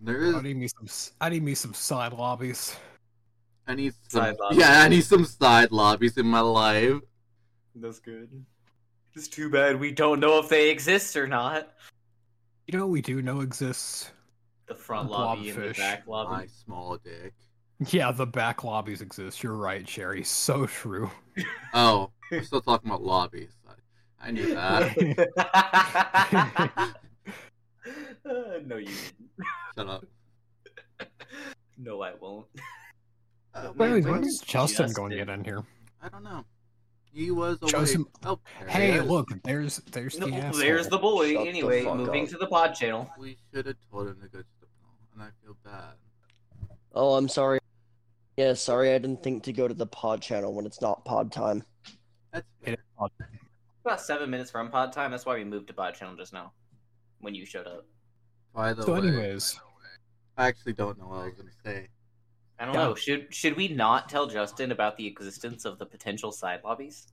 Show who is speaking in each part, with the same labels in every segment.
Speaker 1: There
Speaker 2: I
Speaker 1: is.
Speaker 2: need me some. s- I need me some side lobbies.
Speaker 1: I need some.
Speaker 3: Side lobbies.
Speaker 1: yeah, I need some side lobbies in my life.
Speaker 3: That's good. It's too bad we don't know if they exist or not.
Speaker 2: You know, we do know exists.
Speaker 3: The front
Speaker 2: Blob
Speaker 3: lobby and the
Speaker 2: fish.
Speaker 3: back
Speaker 1: My
Speaker 3: lobby.
Speaker 1: small dick.
Speaker 2: Yeah, the back lobbies exist. You're right, Sherry. So true.
Speaker 1: Oh, we're still talking about lobbies. I, I knew that.
Speaker 3: Uh, no, you didn't.
Speaker 1: Shut up.
Speaker 3: No, I won't.
Speaker 1: Uh,
Speaker 3: Wait,
Speaker 2: Wait,
Speaker 3: wait,
Speaker 2: when is Justin
Speaker 3: Justin.
Speaker 2: going to get in here?
Speaker 1: I don't know. He was away.
Speaker 2: Justin-
Speaker 1: Oh, there he
Speaker 2: Hey,
Speaker 1: is.
Speaker 2: look, there's there's the
Speaker 3: No,
Speaker 2: asshole.
Speaker 3: there's the boy.
Speaker 4: Shut the
Speaker 3: anyway,
Speaker 4: fuck
Speaker 3: moving
Speaker 4: up.
Speaker 3: to the pod channel.
Speaker 1: We should have told him to go to the pool, and I feel bad.
Speaker 4: Oh, I'm sorry. Yeah, sorry, I didn't think to go to the pod channel when it's not pod time.
Speaker 1: That's
Speaker 2: It
Speaker 1: fair.
Speaker 2: is odd.
Speaker 3: About seven minutes from pod time. That's why we moved to pod channel just now. When you showed up.
Speaker 1: By the
Speaker 2: So,
Speaker 1: way,
Speaker 2: anyways,
Speaker 1: I actually don't know what I was gonna say.
Speaker 3: I don't
Speaker 2: Yeah.
Speaker 3: know. Should should we not tell Justin about the existence of the potential side lobbies?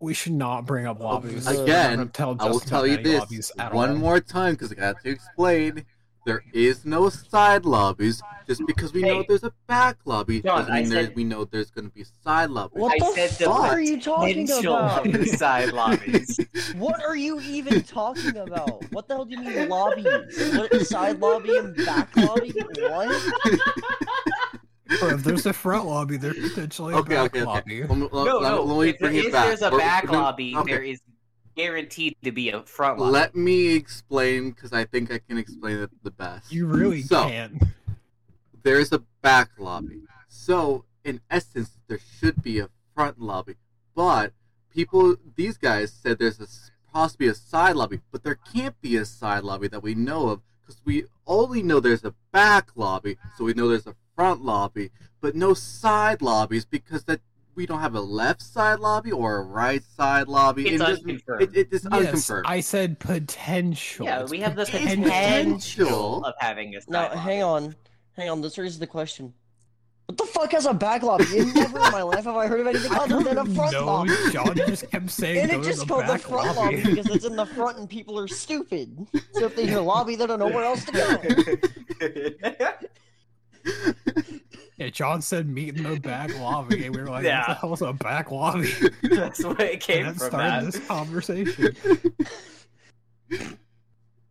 Speaker 2: we should not bring up lobbies.
Speaker 4: Again,
Speaker 2: We're not gonna tell
Speaker 1: I will
Speaker 2: Justin
Speaker 1: tell you
Speaker 2: about any lobbies
Speaker 1: this
Speaker 2: at
Speaker 1: one
Speaker 2: all.
Speaker 1: more time because I got to explain. There is no side lobbies. Just because we know
Speaker 3: Hey.
Speaker 1: there's a back lobby
Speaker 3: John,
Speaker 1: doesn't
Speaker 3: I
Speaker 1: mean there,
Speaker 3: said-
Speaker 1: we know there's gonna be side lobbies.
Speaker 4: What
Speaker 3: I
Speaker 4: the
Speaker 3: said the
Speaker 4: fuck
Speaker 1: pot-
Speaker 4: are you talking
Speaker 3: Potential
Speaker 4: about?
Speaker 3: side lobbies.
Speaker 4: What are you even talking about? What the hell do you mean lobbies? What, side lobby and back lobby? What?
Speaker 2: Or if there's a front lobby, there's potentially a
Speaker 1: Okay,
Speaker 2: back
Speaker 1: okay,
Speaker 2: lobby.
Speaker 1: okay. Let me, let,
Speaker 3: no,
Speaker 1: let-
Speaker 3: no.
Speaker 1: let me
Speaker 3: if
Speaker 1: bring
Speaker 3: there-
Speaker 1: it
Speaker 3: if
Speaker 1: back.
Speaker 3: there's a
Speaker 1: We're-
Speaker 3: back
Speaker 1: we're-
Speaker 3: lobby,
Speaker 1: okay.
Speaker 3: there is guaranteed to be a front lobby.
Speaker 1: Let me explain because I think I can explain it the best.
Speaker 2: You really
Speaker 1: So-
Speaker 2: can't.
Speaker 1: there is a back lobby. So, in essence, there should be a front lobby. But people, these guys said there's a s- possibly a side lobby, but there can't be a side lobby that we know of because we only know there's a back lobby, so we know there's a front lobby, but no side lobbies because that we don't have a left side lobby or a right side lobby.
Speaker 3: It's
Speaker 1: It doesn't-
Speaker 3: unconfirmed.
Speaker 1: It, it is
Speaker 2: Yes,
Speaker 1: unconfirmed.
Speaker 2: I said potential.
Speaker 3: Yeah,
Speaker 2: It's
Speaker 3: we have the
Speaker 1: potential.
Speaker 3: potential of having a side
Speaker 4: No,
Speaker 3: lobby.
Speaker 4: hang on. Hang on, this raises the question. What the fuck has a back lobby? In never in my life have I heard of anything other than a front
Speaker 2: no,
Speaker 4: lobby.
Speaker 2: John just kept saying
Speaker 4: And
Speaker 2: go
Speaker 4: it
Speaker 2: to
Speaker 4: just
Speaker 2: the
Speaker 4: called the
Speaker 2: back
Speaker 4: front
Speaker 2: lobby.
Speaker 4: lobby because it's in the front and people are stupid. So if they hear lobby, they don't know where else to go.
Speaker 2: Yeah, John said meet in the back lobby, and we were like, what
Speaker 3: Yeah.
Speaker 2: the hell's a back lobby?
Speaker 3: That's where it came
Speaker 2: and that
Speaker 3: from.
Speaker 2: started
Speaker 3: That.
Speaker 2: this conversation.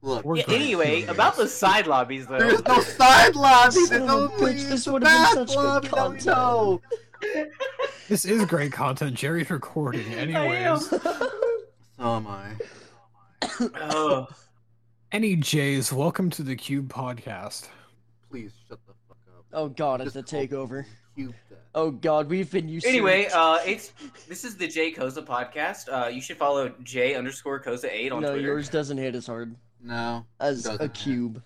Speaker 1: Look,
Speaker 2: We're
Speaker 3: Yeah,
Speaker 2: great
Speaker 3: anyway,
Speaker 2: humans.
Speaker 3: about the side lobbies though.
Speaker 1: There's no side lobby. There's
Speaker 4: Son of a
Speaker 1: no
Speaker 4: bitch, this would've been
Speaker 1: back
Speaker 4: such good
Speaker 1: lobby. that we
Speaker 4: content.
Speaker 1: know.
Speaker 2: This is great content. Jerry's recording,
Speaker 3: am.
Speaker 2: anyways.
Speaker 1: So am I.
Speaker 3: oh,
Speaker 2: Any Jays, welcome to the Cube Podcast.
Speaker 1: Please shut the fuck up.
Speaker 4: Oh god, it's a
Speaker 1: Just call it
Speaker 4: takeover.
Speaker 1: Cube that.
Speaker 4: Oh god, we've been used.
Speaker 3: anyway, uh, it's this is the Jay Koza podcast. Uh, you should follow J underscore Koza eight on
Speaker 4: no,
Speaker 3: Twitter.
Speaker 4: yours doesn't hit as hard
Speaker 1: No.
Speaker 4: as a
Speaker 1: Doesn't.
Speaker 4: cube.
Speaker 3: It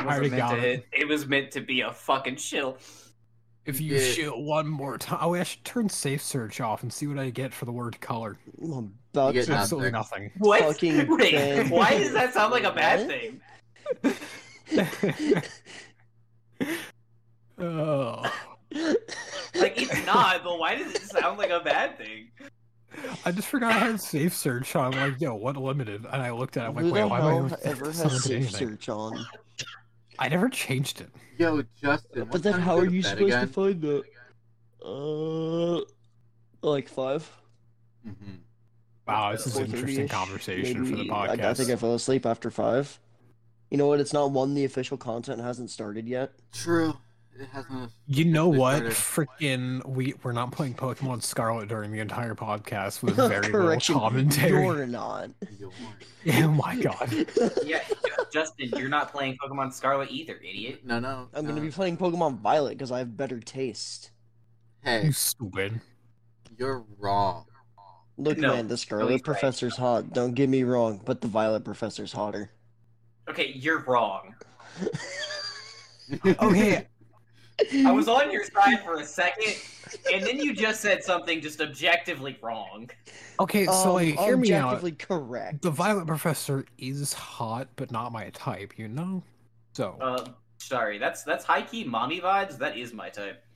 Speaker 2: I
Speaker 3: wasn't
Speaker 2: already
Speaker 3: meant
Speaker 2: got
Speaker 3: to
Speaker 2: it.
Speaker 3: hit. It was meant to be a fucking chill.
Speaker 2: If you
Speaker 1: Yeah.
Speaker 2: shoot one more time, oh, I should turn safe search off and see what I get for the word color.
Speaker 4: I'm about
Speaker 1: You get
Speaker 4: to-
Speaker 1: nothing.
Speaker 2: Absolutely nothing.
Speaker 3: What?
Speaker 4: Fucking
Speaker 3: Wait,
Speaker 4: Ben.
Speaker 3: why does that sound like a bad
Speaker 4: What?
Speaker 3: thing?
Speaker 2: oh,
Speaker 3: Like it's not, but why does it sound like a bad thing?
Speaker 2: I just forgot I had safe search on. Like, yo, what limited? And I looked at it. I'm like,
Speaker 4: Who
Speaker 2: wait,
Speaker 4: the
Speaker 2: why am I
Speaker 4: hell
Speaker 2: even
Speaker 4: ever
Speaker 2: someone did
Speaker 4: has safe
Speaker 2: anything?
Speaker 4: search on?
Speaker 2: I never changed it.
Speaker 1: Yo, Justin.
Speaker 4: But then, how are you supposed to
Speaker 1: find
Speaker 4: find that? Uh, like five.
Speaker 1: mm-hmm.
Speaker 2: Wow, this is
Speaker 4: Four
Speaker 2: an interesting
Speaker 4: thirty-ish,
Speaker 2: conversation for the
Speaker 4: maybe.
Speaker 2: podcast.
Speaker 4: I, I think I fell asleep after five. You know what? It's not one. The official content hasn't started yet.
Speaker 1: True. It hasn't.
Speaker 2: You know
Speaker 1: They
Speaker 2: what?
Speaker 1: started-
Speaker 2: Freaking, we we're not playing Pokemon Scarlet during the entire podcast with very little
Speaker 4: Correction,
Speaker 2: commentary.
Speaker 4: You're not.
Speaker 1: Yours.
Speaker 2: Oh my god!
Speaker 3: Yeah, Justin, you're not playing Pokemon Scarlet either, idiot.
Speaker 1: No, no. uh,
Speaker 4: I'm gonna
Speaker 1: no.
Speaker 4: be
Speaker 2: Uh.
Speaker 4: playing Pokemon Violet because I have better taste.
Speaker 1: Hey,
Speaker 2: You stupid.
Speaker 1: you're wrong.
Speaker 4: Look,
Speaker 3: No,
Speaker 4: man, the
Speaker 3: he's
Speaker 4: Scarlet
Speaker 3: right.
Speaker 4: Professor's hot. Don't get me wrong, but the Violet Professor's hotter.
Speaker 3: Okay, you're wrong.
Speaker 4: Oh,
Speaker 2: Okay,
Speaker 3: I was on your side for a second, and then you just said something just objectively wrong.
Speaker 2: okay. So like,
Speaker 4: Um,
Speaker 2: hear me out.
Speaker 4: objectively correct.
Speaker 2: The Violet Professor is hot, but not my type. You know. So
Speaker 3: Uh,
Speaker 5: Um,
Speaker 3: sorry, that's that's high key mommy vibes. That is my type.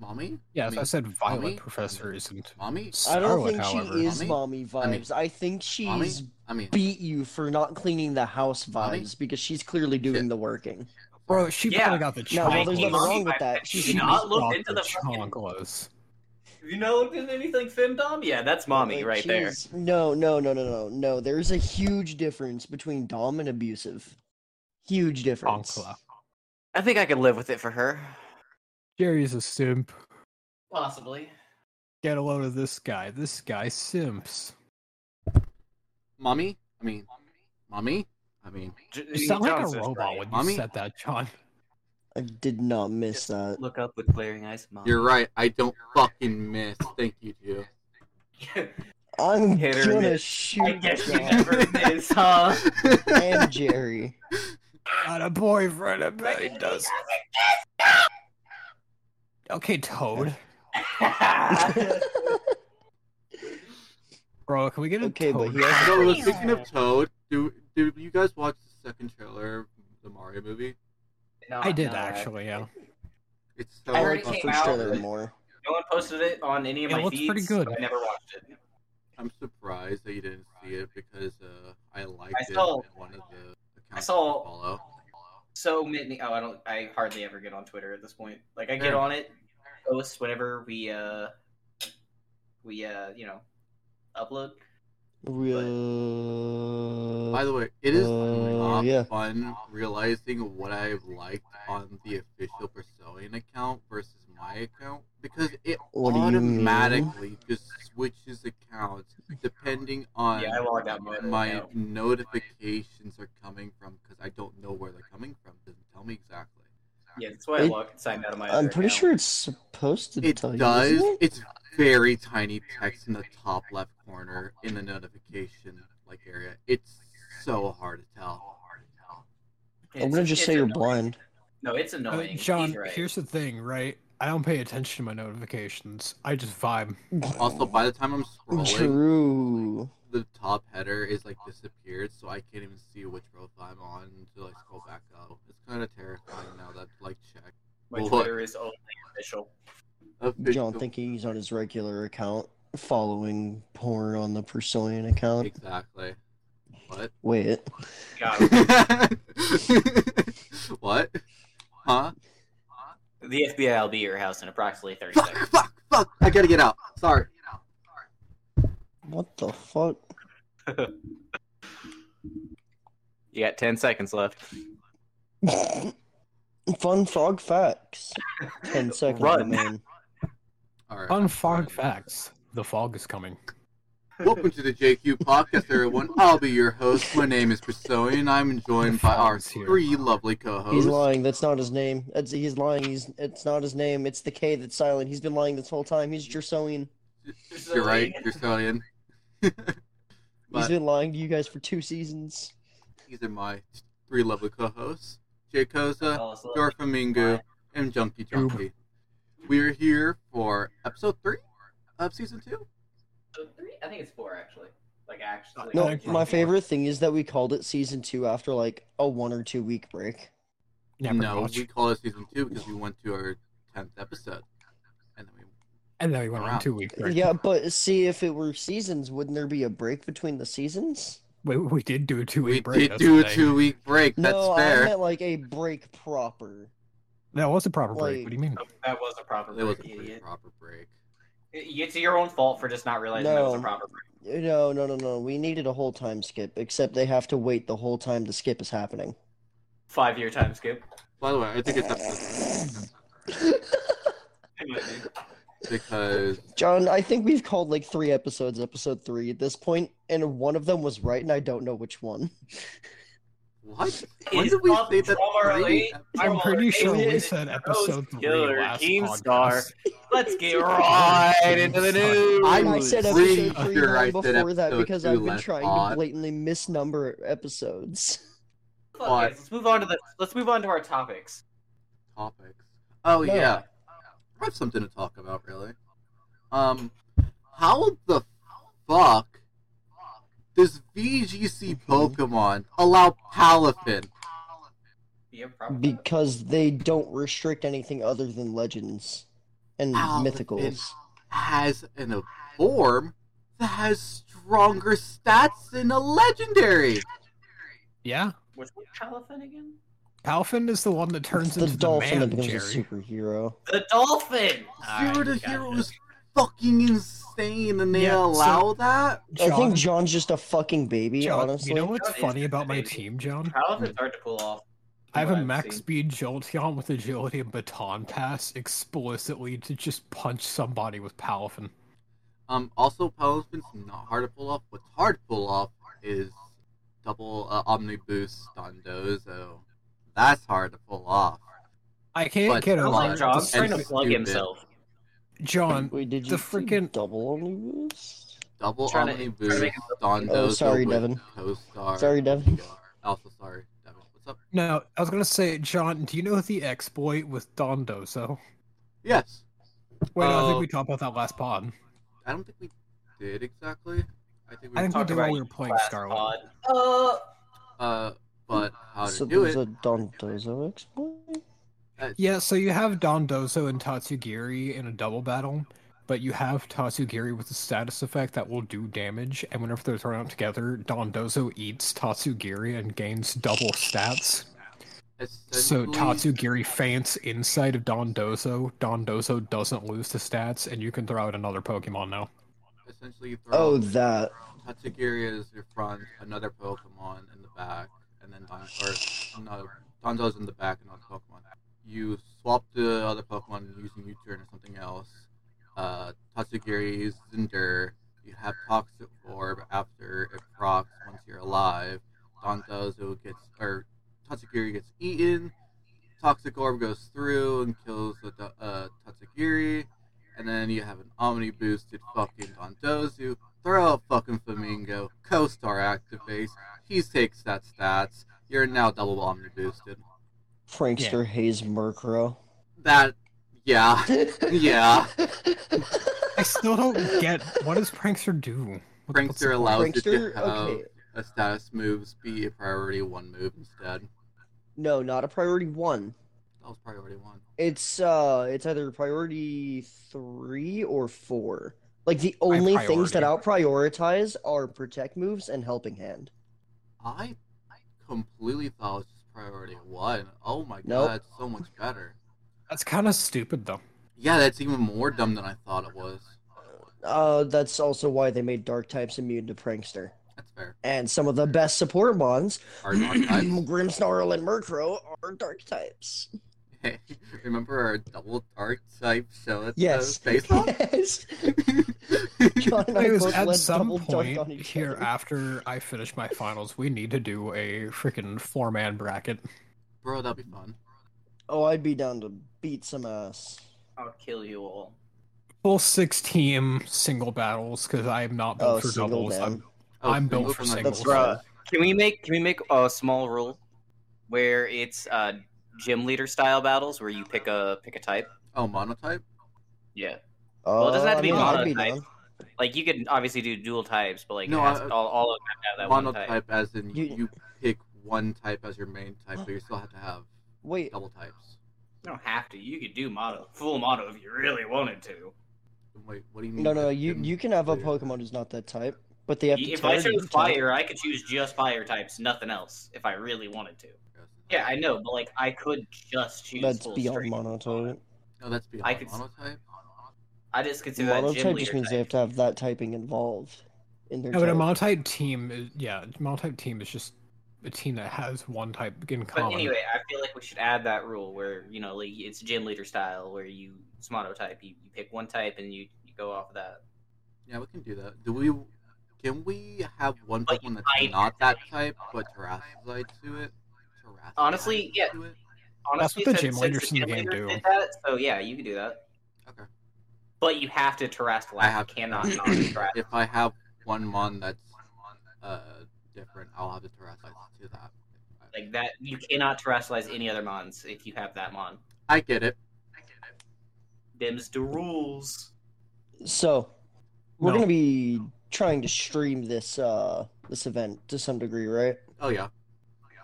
Speaker 1: Mommy?
Speaker 2: yes,
Speaker 1: me-
Speaker 2: I said Violet
Speaker 1: Mommy?
Speaker 2: Professor isn't.
Speaker 1: Mommy?
Speaker 4: I don't
Speaker 2: Scarlet,
Speaker 4: think
Speaker 2: however.
Speaker 4: she is
Speaker 1: Mommy?
Speaker 4: mommy
Speaker 1: Mommy?
Speaker 4: vibes. I think she's
Speaker 1: Mommy? I mean,
Speaker 4: beat you for not cleaning the house vibes
Speaker 1: Mommy?
Speaker 4: because she's clearly doing
Speaker 1: Shit.
Speaker 4: the working.
Speaker 2: Bro, she
Speaker 5: Yeah.
Speaker 2: probably got the
Speaker 4: No, well,
Speaker 2: chocolate.
Speaker 4: there's
Speaker 5: Chinese
Speaker 4: nothing wrong with that.
Speaker 5: She
Speaker 4: She
Speaker 5: should not look
Speaker 2: got
Speaker 5: into the fucking.
Speaker 2: chocolates.
Speaker 5: Have you not looked into anything femdom? Yeah, that's mommy
Speaker 4: Like,
Speaker 5: right there.
Speaker 4: she's- No, no, no, no, no, no. There's a huge difference between dom and abusive. Huge difference.
Speaker 2: Chocolate.
Speaker 3: I think I could live with it for her.
Speaker 2: Jerry's a simp.
Speaker 5: Possibly.
Speaker 2: Get a load of this guy. This guy simps.
Speaker 1: Mommy? I mean, mommy? I mean,
Speaker 3: J-
Speaker 2: You sound like
Speaker 3: John's
Speaker 2: a
Speaker 3: just
Speaker 2: robot
Speaker 3: right.
Speaker 2: when you
Speaker 1: Mommy?
Speaker 2: said that, John.
Speaker 4: I did not miss that.
Speaker 3: Look up with glaring eyes, mom.
Speaker 1: you're right. I don't fucking miss. Thank you, too.
Speaker 4: I'm
Speaker 3: Hit or
Speaker 4: gonna
Speaker 3: miss.
Speaker 5: I
Speaker 4: shoot
Speaker 5: guess you
Speaker 4: John
Speaker 5: never is, huh?
Speaker 4: and Jerry.
Speaker 2: Got a boyfriend. I bet he does. Okay, Toad. Bro, can we get a
Speaker 4: Okay, but
Speaker 2: Toad?
Speaker 4: he has-
Speaker 1: so, speaking of Toad, do, do you guys watch the second trailer of the Mario movie?
Speaker 5: No,
Speaker 2: I did
Speaker 5: no,
Speaker 2: actually, yeah.
Speaker 1: It's so
Speaker 4: I
Speaker 5: already
Speaker 4: like
Speaker 1: fucking-
Speaker 4: the
Speaker 5: came
Speaker 4: first
Speaker 5: out.
Speaker 4: trailer more.
Speaker 5: No one posted it on any of
Speaker 2: It
Speaker 5: my
Speaker 2: looks
Speaker 5: feeds.
Speaker 2: pretty good.
Speaker 5: but I never watched it.
Speaker 1: I'm surprised that you didn't see it because uh, I liked
Speaker 5: I
Speaker 1: it
Speaker 5: saw-
Speaker 1: and wanted the accounts
Speaker 5: I
Speaker 1: to
Speaker 5: saw
Speaker 1: follow.
Speaker 5: so many. Oh, I don't. I hardly ever get on Twitter at this point. Like I get
Speaker 1: Fair.
Speaker 5: on it, post whenever we uh we uh you know upload.
Speaker 4: Real...
Speaker 1: By the way, it is
Speaker 4: Uh,
Speaker 1: not
Speaker 4: yeah.
Speaker 1: fun realizing what I've liked on the official Personian account versus my account because it
Speaker 4: What do you
Speaker 1: automatically just switches accounts depending on
Speaker 5: Yeah, I logged out my
Speaker 1: where
Speaker 5: other
Speaker 1: my
Speaker 5: account.
Speaker 1: notifications are coming from because I don't know where they're coming from. It doesn't tell me exactly.
Speaker 5: Yeah, that's why I
Speaker 4: It-
Speaker 5: logged signed out of my.
Speaker 4: I'm
Speaker 5: other
Speaker 4: pretty
Speaker 5: account.
Speaker 4: sure it's supposed to
Speaker 1: It
Speaker 4: tell
Speaker 1: does.
Speaker 4: you. isn't it?
Speaker 1: It's very tiny text in the top left corner in the notification like area. It's so hard to tell.
Speaker 4: I'm gonna
Speaker 5: It's-
Speaker 4: just
Speaker 5: it's
Speaker 4: say you're
Speaker 5: annoying.
Speaker 4: blind.
Speaker 5: No, it's
Speaker 2: Uh,
Speaker 5: annoying.
Speaker 2: John,
Speaker 5: He's right.
Speaker 2: here's the thing, right? I don't pay attention to my notifications. I just vibe.
Speaker 1: Also, by the time I'm scrolling,
Speaker 4: True.
Speaker 1: the top header is like disappeared, so I can't even see which profile I'm on until I scroll back up. It's kind of terrifying now that like check.
Speaker 5: my
Speaker 1: Look.
Speaker 5: Twitter is only official.
Speaker 1: Official-
Speaker 4: John thinking he's on his regular account, following porn on the Personian account.
Speaker 1: exactly. What?
Speaker 4: Wait,
Speaker 5: God,
Speaker 1: what? Huh?
Speaker 5: the FBI will be at your house in approximately 30
Speaker 1: Fuck!
Speaker 5: seconds.
Speaker 1: Fuck! Fuck! I gotta get out. Sorry.
Speaker 4: what the fuck?
Speaker 3: You got 10 seconds left.
Speaker 4: Fun frog facts. Ten seconds, my
Speaker 3: Run.
Speaker 4: man.
Speaker 1: All right.
Speaker 2: On fog facts, the fog is coming.
Speaker 1: Welcome to the JQ podcast, everyone. I'll be your host. My name is Priscilla, and I'm joined by our
Speaker 2: Phone's here.
Speaker 1: three lovely
Speaker 4: He's
Speaker 1: co-hosts.
Speaker 4: lying. That's not his name. That's he's lying. He's it's not his name. It's the K that's silent. He's been lying this whole time. He's Jersoian.
Speaker 1: You're right, Priscillian.
Speaker 4: He's
Speaker 1: But-
Speaker 4: been lying to you guys for two seasons.
Speaker 1: These are my three lovely co-hosts: Jay
Speaker 4: Uh,
Speaker 1: Koza,
Speaker 5: Oh, so-
Speaker 1: Dorfamingo, and Junkie Junkie. We are here for episode three of season two.
Speaker 5: Three? I think it's four actually.
Speaker 2: Uh,
Speaker 5: Like actually.
Speaker 4: No,
Speaker 2: Like,
Speaker 4: my favorite thing is that we called it season two after like a one or two week break.
Speaker 2: Yeah, pretty
Speaker 1: no,
Speaker 2: much.
Speaker 1: we call it season two because we went to our tenth episode, and then we
Speaker 2: and then we went on
Speaker 1: Wow.
Speaker 2: two week break.
Speaker 4: Yeah, but see, if it were seasons, wouldn't there be a break between the seasons?
Speaker 2: we, we did do a two
Speaker 1: we
Speaker 2: week break.
Speaker 1: did
Speaker 2: that's
Speaker 1: do
Speaker 2: the
Speaker 1: a
Speaker 2: thing.
Speaker 1: two week break. That's
Speaker 4: no, I
Speaker 1: fair.
Speaker 4: meant like a break proper.
Speaker 2: That was a proper break. What do you mean?
Speaker 5: That was a proper
Speaker 1: It was
Speaker 5: break,
Speaker 1: a pretty
Speaker 5: idiot.
Speaker 1: proper break.
Speaker 5: It's your own fault for just not realizing that was a
Speaker 4: No.
Speaker 5: proper break.
Speaker 4: No, no, no, no. We needed a whole time skip, except they have to wait the whole time the skip is happening.
Speaker 5: Five year time skip.
Speaker 1: By the way, I think it's episode three
Speaker 5: It might be.
Speaker 1: because
Speaker 4: John, I think we've called like three episodes episode three at this point, and one of them was right, and I don't know which one.
Speaker 1: what?
Speaker 5: It
Speaker 1: When
Speaker 5: is
Speaker 1: did we
Speaker 5: called
Speaker 1: say that?
Speaker 5: Drummer
Speaker 1: three
Speaker 5: Lee.
Speaker 1: ep-
Speaker 2: I'm
Speaker 5: Well,
Speaker 2: pretty
Speaker 5: it
Speaker 2: sure we
Speaker 5: is
Speaker 2: said
Speaker 5: Rose
Speaker 2: episode three
Speaker 3: Killer,
Speaker 2: last
Speaker 3: Keemstar.
Speaker 2: podcast.
Speaker 5: Let's get right into the news.
Speaker 1: I'm
Speaker 4: I said
Speaker 1: pretty
Speaker 4: episode three
Speaker 1: sure I
Speaker 4: long
Speaker 1: said
Speaker 4: before that
Speaker 1: episode
Speaker 4: because
Speaker 1: two
Speaker 4: I've been
Speaker 1: last
Speaker 4: trying
Speaker 1: pod.
Speaker 4: to blatantly misnumber episodes.
Speaker 5: Fuck, guys, Let's move on to the. Let's move on to our topics.
Speaker 1: topics. Oh
Speaker 4: No.
Speaker 1: yeah, I have something to talk about really. Um, how the fuck does VGC
Speaker 2: Mm-hmm.
Speaker 1: Pokemon allow Palafin?
Speaker 5: Yeah, probably.
Speaker 4: Because they don't restrict anything other than legends and
Speaker 1: Ow,
Speaker 4: mythicals.
Speaker 1: has an a form that has stronger stats than a legendary?
Speaker 2: Yeah,
Speaker 5: Was it Palafin again?
Speaker 2: Alfin is the one that turns
Speaker 4: It's the
Speaker 2: into
Speaker 4: dolphin
Speaker 2: the
Speaker 4: that
Speaker 2: man,
Speaker 4: becomes a
Speaker 2: Jerry.
Speaker 4: superhero.
Speaker 5: The dolphin.
Speaker 1: Zero to
Speaker 2: I
Speaker 1: Hero
Speaker 2: got
Speaker 1: is fucking insane, and they
Speaker 2: Yeah, so-
Speaker 1: allow that.
Speaker 2: John,
Speaker 4: I think John's just a fucking baby,
Speaker 2: John,
Speaker 4: honestly.
Speaker 2: you know what's
Speaker 5: John is
Speaker 2: funny
Speaker 5: just a
Speaker 2: about my
Speaker 5: baby.
Speaker 2: team, John?
Speaker 5: Dolphins hard to pull off.
Speaker 2: I have
Speaker 5: what
Speaker 2: a
Speaker 5: I've
Speaker 2: max
Speaker 5: seen.
Speaker 2: speed Jolteon with agility and baton pass explicitly to just punch somebody with Palafin.
Speaker 1: Um, also, Paladin's not hard to pull off. What's hard to pull off is double uh, Omni Boost on Dozo. That's hard to pull off.
Speaker 2: I can't
Speaker 1: But
Speaker 2: get
Speaker 1: Come
Speaker 5: Sounds
Speaker 2: over
Speaker 1: on,
Speaker 5: like John's
Speaker 1: just
Speaker 5: trying to
Speaker 1: and
Speaker 5: plug
Speaker 1: stupid.
Speaker 5: himself.
Speaker 2: John.
Speaker 4: Wait, did you
Speaker 2: the
Speaker 4: see
Speaker 2: freaking-
Speaker 4: double on boost?
Speaker 1: Double
Speaker 5: Trying to-
Speaker 1: Omni
Speaker 5: trying to
Speaker 1: Boost
Speaker 5: make
Speaker 1: on Dozo.
Speaker 4: Oh, sorry,
Speaker 1: with
Speaker 4: Devin.
Speaker 1: Co-star.
Speaker 4: Sorry, Devin.
Speaker 1: Also, sorry, Devin. What's up?
Speaker 2: No, I was gonna say, John. Do you know the exploit with Don Dozo?
Speaker 1: Yes.
Speaker 2: Wait, no, I
Speaker 3: Uh,
Speaker 2: think we talked about that last pod.
Speaker 1: I don't think we did exactly. I think we
Speaker 2: I think we
Speaker 5: talked
Speaker 2: did
Speaker 5: about
Speaker 2: while we were playing
Speaker 5: Last
Speaker 2: Scarlet.
Speaker 5: pod. Uh,
Speaker 1: uh, but how to
Speaker 4: So
Speaker 1: do
Speaker 4: there's
Speaker 1: it?
Speaker 4: a Don Dozo exploit?
Speaker 2: Yeah, so you have Don Dozo and Tatsugiri in a double battle, but you have Tatsugiri with a status effect that will do damage, and whenever they're thrown out together, Don Dozo eats Tatsugiri and gains double stats. So
Speaker 1: Essentially,
Speaker 2: Tatsugiri faints inside of Don Dozo. Don Dozo doesn't lose the stats, and you can throw out another Pokemon now.
Speaker 1: Essentially, throw
Speaker 4: Oh, that.
Speaker 1: Tatsugiri is your front, another Pokemon in the back, and then Don or no, Donzo's in the back, another Pokemon. You swap the other Pokemon using U-turn or something else. Uh, Tatsugiri uses Endure. You have Toxic Orb after it procs once you're alive. Donzozo gets or Tatsugiri gets eaten. Toxic Orb goes through and kills the Do- uh, Tatsugiri. And then you have an Omni boosted fucking Dondozu. Throw a fucking Flamingo. Co-star activates. He takes that stats. You're now double Omni boosted.
Speaker 4: Prankster Haze Murkrow.
Speaker 1: That, yeah, yeah.
Speaker 2: I still don't get what does Prankster do? What- what's
Speaker 1: Prankster
Speaker 2: the-
Speaker 1: allows you
Speaker 4: Prankster?
Speaker 1: to have
Speaker 4: Okay.
Speaker 1: a status moves be a priority one move instead.
Speaker 4: No, not a priority one.
Speaker 1: That was priority one.
Speaker 4: It's uh it's either priority three or four. Like the only things that out prioritize are protect moves and helping hand.
Speaker 1: I completely thought it was just priority one. Oh my
Speaker 4: Nope.
Speaker 1: god, it's so much better.
Speaker 2: That's kind of stupid though.
Speaker 1: Yeah, that's even more dumb than I thought it was.
Speaker 4: Uh that's also why they made dark types immune to prankster.
Speaker 1: That's fair.
Speaker 4: And some of the best support mons,
Speaker 1: Our archives.
Speaker 4: Grimmsnarl and Murkrow, are dark types.
Speaker 1: Hey, remember our double dark type show? At
Speaker 4: Yes.
Speaker 1: The space Lab?
Speaker 4: yes. John and I
Speaker 2: Anyways,
Speaker 4: both
Speaker 2: at
Speaker 4: led
Speaker 2: some
Speaker 4: double dark on
Speaker 2: point
Speaker 4: each
Speaker 2: here
Speaker 4: other.
Speaker 2: after I finish my finals, we need to do a freaking four man bracket.
Speaker 1: Bro, that'd be fun.
Speaker 4: Oh, I'd be down to beat some ass.
Speaker 5: I'll kill you all.
Speaker 2: Full six team single battles because I am not built
Speaker 4: Oh,
Speaker 2: for
Speaker 4: single
Speaker 2: doubles.
Speaker 4: down.
Speaker 2: I'm, I'm
Speaker 1: single
Speaker 2: built for
Speaker 1: from the-
Speaker 2: singles.
Speaker 3: Bruh. Can we make can we make a small rule where it's uh, gym leader style battles where you pick a pick a type?
Speaker 1: Oh, monotype?
Speaker 3: Yeah.
Speaker 4: Well,
Speaker 3: it doesn't have to be
Speaker 4: Uh, I'd
Speaker 3: monotype.
Speaker 4: down.
Speaker 3: Like you could obviously do dual types, but like
Speaker 1: No,
Speaker 3: it has,
Speaker 1: I-
Speaker 3: all all of them have that one
Speaker 1: Monotype
Speaker 3: type.
Speaker 1: as in you,
Speaker 4: You-
Speaker 1: you pick one type as your main type, but you still have to have
Speaker 4: Wait,
Speaker 1: double types.
Speaker 5: You don't have to. You could do mono, full mono if you really wanted to.
Speaker 1: Wait, what do you mean?
Speaker 4: no, no, no,
Speaker 1: that
Speaker 4: you
Speaker 1: didn't-
Speaker 4: you can have a
Speaker 1: Yeah.
Speaker 4: Pokemon who's not that type, but they have to.
Speaker 5: If I
Speaker 4: target
Speaker 5: chose
Speaker 4: type.
Speaker 5: fire, I could choose just fire types, nothing else, if I really wanted to. Yeah, I know, but like I could just choose.
Speaker 4: that's
Speaker 5: full
Speaker 4: beyond
Speaker 5: strength.
Speaker 4: monotype.
Speaker 1: No, that's beyond
Speaker 5: I could s-
Speaker 1: monotype.
Speaker 5: I just consider that gym
Speaker 4: Monotype
Speaker 5: leader.
Speaker 4: just means they have to have that typing involved in their.
Speaker 2: No, but a
Speaker 4: type.
Speaker 2: monotype team, is, yeah, monotype team is just a team that has one type in
Speaker 5: But
Speaker 2: common.
Speaker 5: anyway, I feel like we should add that rule where you know, like it's gym leader style, where you it's monotype, you, you pick one type and you, you go off of that.
Speaker 1: Yeah, we can do that. Do we? Can we have one
Speaker 5: But
Speaker 1: Pokemon that's
Speaker 5: I-
Speaker 1: not that type, but Terrasizide to it? Terrasizide
Speaker 5: Honestly, yeah.
Speaker 1: to it?
Speaker 5: Honestly,
Speaker 2: what the
Speaker 5: since-
Speaker 2: gym
Speaker 5: since
Speaker 2: leaders in the
Speaker 5: gym
Speaker 2: game
Speaker 5: leaders
Speaker 2: do.
Speaker 5: did That, so yeah, you can do that.
Speaker 1: Okay.
Speaker 5: But you have to terrestrialize.
Speaker 1: I have-
Speaker 5: You cannot not terrestrialize.
Speaker 1: If I have one Mon that's uh, different, I'll have the Terrasizide to that.
Speaker 5: like that. You cannot terrestrialize any other mons if you have that mon.
Speaker 1: I get it.
Speaker 5: Them's the rules.
Speaker 4: So, we're
Speaker 2: No.
Speaker 4: gonna be trying to stream this uh this event to some degree, right?
Speaker 1: Oh yeah.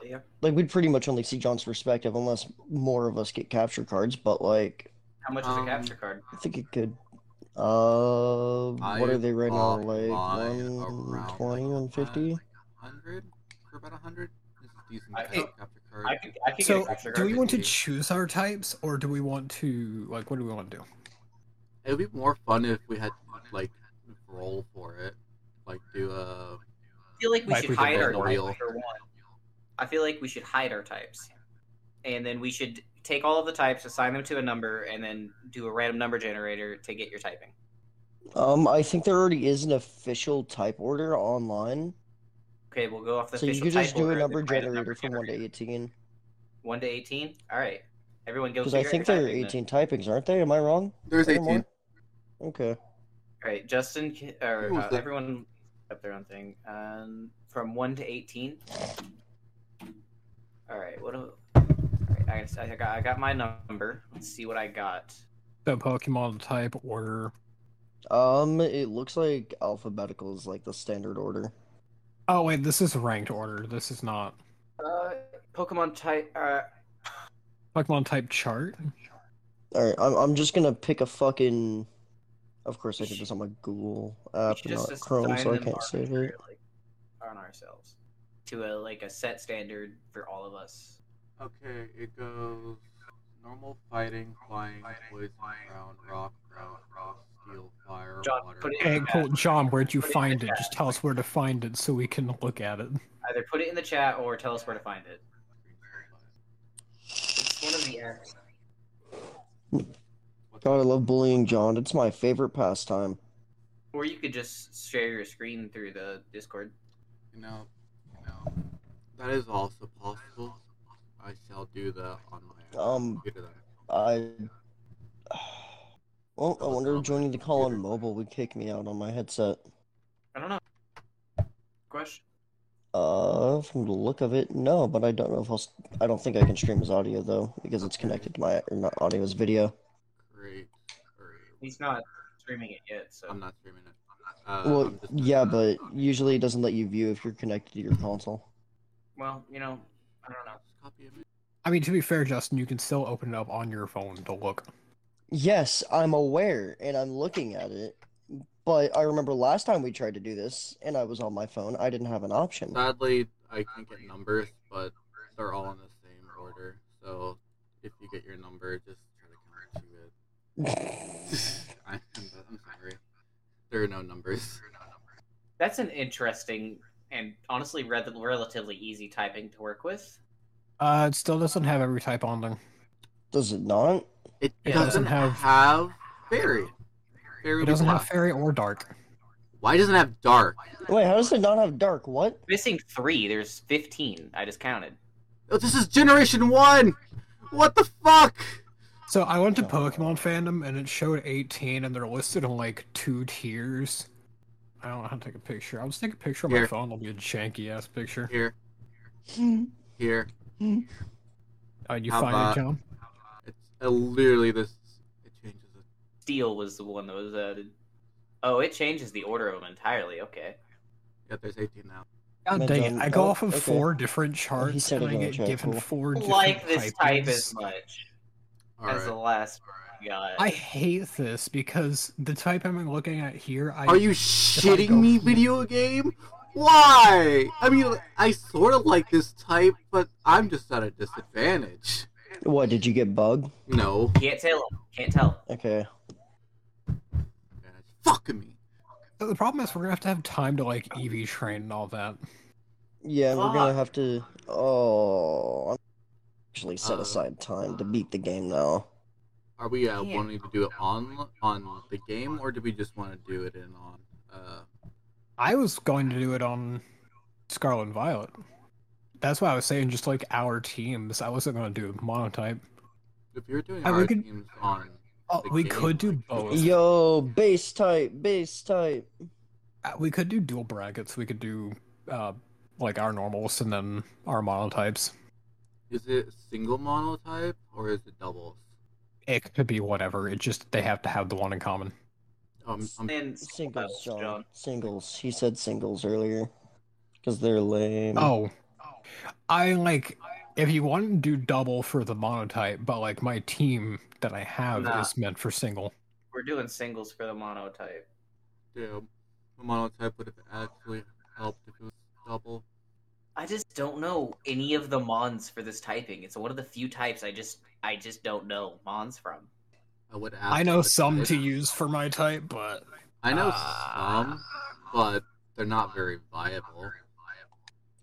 Speaker 5: Yeah.
Speaker 4: Like we'd pretty much only see John's perspective unless more of us get capture cards, but like
Speaker 5: How much is
Speaker 1: Um,
Speaker 5: a capture card?
Speaker 4: I think it could. Uh, what
Speaker 1: I
Speaker 4: are they right now?
Speaker 1: bought
Speaker 4: Like
Speaker 1: mine around, like,
Speaker 4: 120, 150?
Speaker 1: Hundred for about a hundred. This is decent
Speaker 5: I-
Speaker 1: cap- capture Or
Speaker 3: I could, I could
Speaker 2: So,
Speaker 3: get a capture
Speaker 2: do
Speaker 3: card
Speaker 2: we
Speaker 3: with
Speaker 2: want to
Speaker 3: you.
Speaker 2: choose our types, or do we want to like what do we want to do?
Speaker 1: it would be more fun if we had like roll for it, like do a
Speaker 3: I feel like we
Speaker 2: Like
Speaker 3: should
Speaker 2: we
Speaker 3: hide
Speaker 1: did
Speaker 3: our
Speaker 1: the wheel.
Speaker 3: types. for one. I feel like we should hide our types, and then we should take all of the types, assign them to a number, and then do a random number generator to get your typing.
Speaker 4: Um, I think there already is an official type order online,
Speaker 3: Okay, we'll go off the
Speaker 4: so you
Speaker 3: official
Speaker 4: could just
Speaker 3: type
Speaker 4: do
Speaker 3: order
Speaker 4: a
Speaker 3: and
Speaker 4: number
Speaker 3: then write a
Speaker 4: generator
Speaker 3: number
Speaker 4: from one to eighteen.
Speaker 3: One to eighteen. All right, everyone go.
Speaker 4: Because I
Speaker 3: figure out
Speaker 4: think
Speaker 3: your
Speaker 4: there are
Speaker 3: typing then.
Speaker 4: eighteen typings, aren't there? Am I wrong?
Speaker 1: There's
Speaker 4: Any more?
Speaker 1: 18.
Speaker 4: Okay.
Speaker 3: All right, Justin can- or
Speaker 1: Who was
Speaker 3: uh,
Speaker 1: that?
Speaker 3: everyone up their own thing. Um, from one to eighteen. All right, what? do- All right, I, guess I got I got my number. Let's see what I got.
Speaker 2: So Pokemon type order.
Speaker 4: Um, it looks like alphabetical is like the standard order.
Speaker 2: Oh wait, this is ranked order. This is not
Speaker 3: Uh, Pokemon type. Uh,
Speaker 2: Pokemon type chart.
Speaker 4: All right, I'm I'm just gonna pick a fucking. Of course, I did this on my Google app,
Speaker 3: should
Speaker 4: not
Speaker 3: just
Speaker 4: Chrome,
Speaker 3: assign
Speaker 4: so I
Speaker 3: them
Speaker 4: can't save it.
Speaker 3: arbitrarily on ourselves to a like a set standard for all of us.
Speaker 1: Okay, it goes normal fighting, flying, poison, ground, rock, ground, rock, steel, fire,
Speaker 3: John,
Speaker 1: water.
Speaker 3: put it
Speaker 2: Hey,
Speaker 3: in the
Speaker 2: cool.
Speaker 3: chat.
Speaker 2: John, where'd you
Speaker 3: Put it in
Speaker 2: find
Speaker 3: the
Speaker 2: it?
Speaker 3: chat.
Speaker 2: Just tell us where to find it so we can look at it.
Speaker 3: Either put it in the chat or tell us where to find it. It's one of the apps.
Speaker 4: God, I love bullying John. It's my favorite pastime.
Speaker 3: Or you could just share your screen through the Discord.
Speaker 1: You know, you know, that is also possible. I shall do that on my
Speaker 4: Um,
Speaker 1: computer. Then.
Speaker 4: I. Well, I
Speaker 1: Oh,
Speaker 4: wonder
Speaker 1: no.
Speaker 4: if joining the call on mobile would kick me out on my headset.
Speaker 3: I don't know. Question.
Speaker 4: Uh, from the look of it, no, but I don't know if I'll. s- I don't think I can stream his audio though, because it's connected to my or not audio, his video.
Speaker 1: Great. Or,
Speaker 3: He's not streaming it yet, so
Speaker 1: I'm not streaming it. Uh,
Speaker 4: Well,
Speaker 1: I'm just-
Speaker 4: yeah, but usually it doesn't let you view if you're connected to your console.
Speaker 3: well, you know, I don't know.
Speaker 1: Just copy it.
Speaker 2: I mean, to be fair, Justin, you can still open it up on your phone to look.
Speaker 4: Yes, I'm aware and I'm looking at it, but I remember last time we tried to do this and I was on my phone, I didn't have an option.
Speaker 1: Sadly, I can get numbers, but they're all in the same order. So if you get your number, just try to convert you it. I'm, I'm sorry. There are no numbers.
Speaker 3: That's an interesting and honestly re- relatively easy typing to work with.
Speaker 2: Uh, it still doesn't have every type on there.
Speaker 4: Does it not?
Speaker 1: It
Speaker 2: It
Speaker 1: doesn't
Speaker 2: doesn't
Speaker 1: have,
Speaker 2: have-
Speaker 1: fairy. Fairy
Speaker 2: It
Speaker 1: would be
Speaker 2: doesn't have
Speaker 1: black.
Speaker 2: fairy or dark.
Speaker 1: Why doesn't it have dark?
Speaker 4: Wait, how does it not have dark? What?
Speaker 3: Missing three. There's fifteen. I just counted.
Speaker 1: Oh, this is Generation One. What the fuck?
Speaker 2: So I went to
Speaker 4: No.
Speaker 2: Pokemon fandom and it showed 18, and they're listed in like two tiers. I don't know how to take a picture. I'll just take a picture on my
Speaker 1: Here.
Speaker 2: phone. It'll be a janky ass picture.
Speaker 1: Here, here.
Speaker 2: Uh, you
Speaker 1: How
Speaker 2: find
Speaker 1: about-
Speaker 2: it, John?
Speaker 1: It's uh, literally this. It changes it.
Speaker 3: Steel was the one that was added. Oh, it changes the order of them entirely. Okay.
Speaker 1: Yeah, there's 18 now.
Speaker 2: God
Speaker 4: Meant
Speaker 2: dang it!
Speaker 4: on-
Speaker 2: I go
Speaker 4: oh,
Speaker 2: off of
Speaker 4: okay.
Speaker 2: four different charts,
Speaker 4: said
Speaker 2: and I
Speaker 4: it on the
Speaker 2: get
Speaker 4: chat,
Speaker 2: given
Speaker 4: cool.
Speaker 2: four different
Speaker 3: Like this type
Speaker 2: typings.
Speaker 3: as much
Speaker 1: All
Speaker 3: as
Speaker 1: right.
Speaker 3: the last one we got.
Speaker 2: I hate this because the type I'm looking at here, I
Speaker 1: Are you
Speaker 2: I
Speaker 1: shitting
Speaker 2: go
Speaker 1: me,
Speaker 2: here-
Speaker 1: video game? Why? I mean, I sort of like this type, but I'm just at a disadvantage.
Speaker 4: What, did you get bug?
Speaker 1: No.
Speaker 3: Can't tell. Can't tell.
Speaker 4: Okay.
Speaker 1: Fuck me.
Speaker 2: So the problem is we're gonna have to have time to like EV train and all that.
Speaker 4: Yeah, and we're gonna
Speaker 3: Fuck.
Speaker 4: have to. Oh, I'm actually set
Speaker 1: Uh,
Speaker 4: aside time to beat the game now.
Speaker 1: Are we uh,
Speaker 3: Yeah.
Speaker 1: wanting to do it on on the game, or do we just want to do it in on? Uh,
Speaker 2: I was going to do it on Scarlet and Violet. That's why I was saying just like our teams. I wasn't gonna do monotype.
Speaker 1: if you're doing
Speaker 2: Uh, we
Speaker 1: our
Speaker 2: could-
Speaker 1: teams on,
Speaker 2: Oh,
Speaker 1: The
Speaker 2: we
Speaker 1: game,
Speaker 2: could do
Speaker 1: like-
Speaker 2: both.
Speaker 4: Yo, base type, base type.
Speaker 2: Uh, We could do dual brackets. We could do uh like our normals and then our monotypes.
Speaker 1: is it single monotype or is it doubles?
Speaker 2: It could be whatever. It just they have to have the one in common.
Speaker 1: Um, I'm,
Speaker 3: And
Speaker 4: Singles,
Speaker 3: John.
Speaker 4: John. Singles. He said singles earlier. Because they're lame.
Speaker 2: Oh. I like if you want to do double for the monotype, but like my team that I have
Speaker 3: Nah.
Speaker 2: is meant for single.
Speaker 3: We're doing singles for the monotype.
Speaker 1: damn, the monotype would have actually helped if it was double.
Speaker 3: I just don't know any of the mons for this typing. It's one of the few types I just I just don't know mons from.
Speaker 1: I would ask.
Speaker 2: I know
Speaker 1: but
Speaker 2: some
Speaker 1: it-
Speaker 2: to use for my type, but
Speaker 1: I know
Speaker 2: Ah.
Speaker 1: some, but they're not very viable.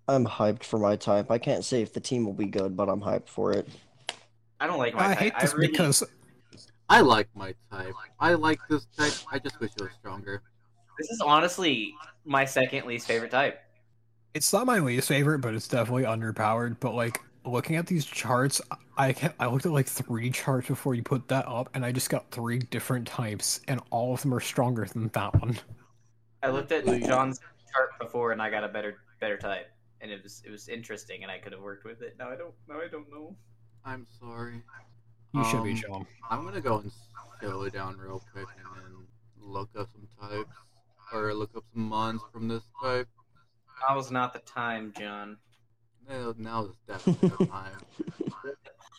Speaker 4: I'm hyped for my type. I can't say if the team will be good, but I'm hyped for it.
Speaker 3: I don't like my
Speaker 2: I
Speaker 3: type.
Speaker 2: hate this
Speaker 3: really,
Speaker 2: because
Speaker 1: I like my type. I like this type. I just wish it was stronger.
Speaker 3: this is honestly my second least favorite type.
Speaker 2: it's not my least favorite, but it's definitely underpowered. But like looking at these charts, I kept, I looked at like three charts before you put that up, and I just got three different types, and all of them are stronger than that one.
Speaker 3: I looked at
Speaker 1: Please.
Speaker 3: John's chart before and I got a better better type. And it was it was interesting and I could have worked with it. Now I don't now I don't know.
Speaker 1: I'm sorry.
Speaker 2: You should be
Speaker 1: Um,
Speaker 2: John.
Speaker 1: I'm gonna go and slow it down real quick and then look up some types or look up some mons from this type.
Speaker 3: Now was not the time, John.
Speaker 1: Now, now is definitely the time.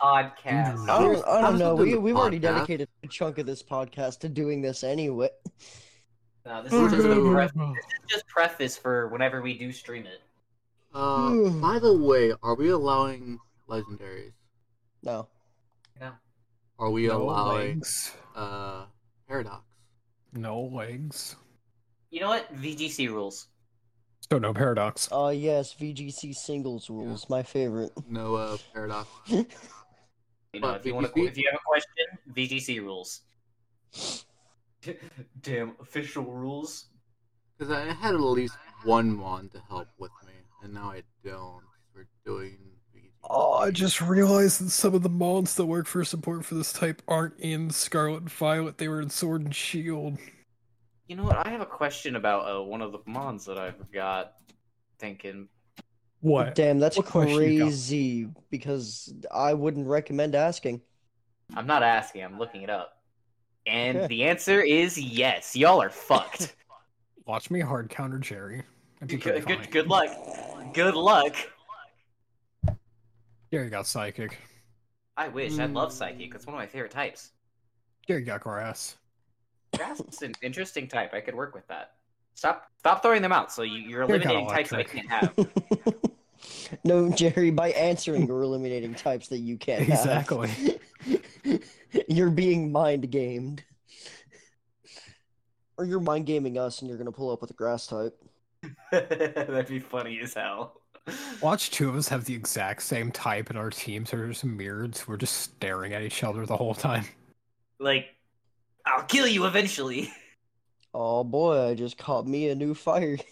Speaker 3: Podcast.
Speaker 4: I
Speaker 1: Oh,
Speaker 4: don't, I
Speaker 1: how's
Speaker 4: don't
Speaker 1: it
Speaker 4: know.
Speaker 1: doing
Speaker 4: We,
Speaker 1: the
Speaker 4: we've already
Speaker 1: podcast?
Speaker 4: dedicated a chunk of this podcast to doing this anyway.
Speaker 3: No, Uh, this
Speaker 1: Oh,
Speaker 3: is just, a
Speaker 1: no.
Speaker 3: pref- just preface for whenever we do stream it.
Speaker 1: Uh, by the way, are we allowing legendaries?
Speaker 4: No.
Speaker 1: Are we
Speaker 2: No
Speaker 1: allowing
Speaker 2: legs.
Speaker 1: uh paradox?
Speaker 2: No legs.
Speaker 3: You know what? VGC rules.
Speaker 2: So no paradox.
Speaker 4: Uh, yes, VGC singles rules, my favorite.
Speaker 1: No uh paradox.
Speaker 3: You know,
Speaker 1: But
Speaker 3: if you want to,
Speaker 1: VGC?
Speaker 3: if you have a question, VGC rules. Damn official rules.
Speaker 1: Because I had at least one mon to help with me, and now I don't. We're doing. VG.
Speaker 2: Oh, I just realized that some of the mons that work for support for this type aren't in Scarlet and Violet. They were in Sword and Shield.
Speaker 3: You know what? I have a question about uh, one of the mons that I've got. Thinking,
Speaker 2: What?
Speaker 4: Damn, that's
Speaker 2: What question you got?
Speaker 4: crazy because I wouldn't recommend asking.
Speaker 3: I'm not asking. I'm looking it up, and
Speaker 4: Okay.
Speaker 3: the answer is yes. Y'all are fucked.
Speaker 2: Watch me hard counter Jerry. That'd be
Speaker 3: good,
Speaker 2: pretty
Speaker 3: good,
Speaker 2: funny.
Speaker 3: good luck. Good luck.
Speaker 2: Jerry got psychic.
Speaker 3: I wish. I love psychic. That's one of my favorite types.
Speaker 2: Jerry got grass.
Speaker 3: Grass is an interesting type. I could work with that. Stop, stop throwing them out. So you, you're
Speaker 2: They're kinda
Speaker 3: eliminating types I
Speaker 2: electric.
Speaker 3: can't have.
Speaker 4: no, Jerry, by answering, you're eliminating types that you can't have.
Speaker 2: Exactly.
Speaker 4: you're being mind gamed. Or you're mind gaming us and you're going to pull up with a grass type.
Speaker 3: That'd be funny as hell.
Speaker 2: Watch two of us have the exact same type, and our teams are just mirrored. So we're just staring at each other the whole time.
Speaker 3: Like, I'll kill you eventually.
Speaker 4: Oh boy, I just caught me a new fire.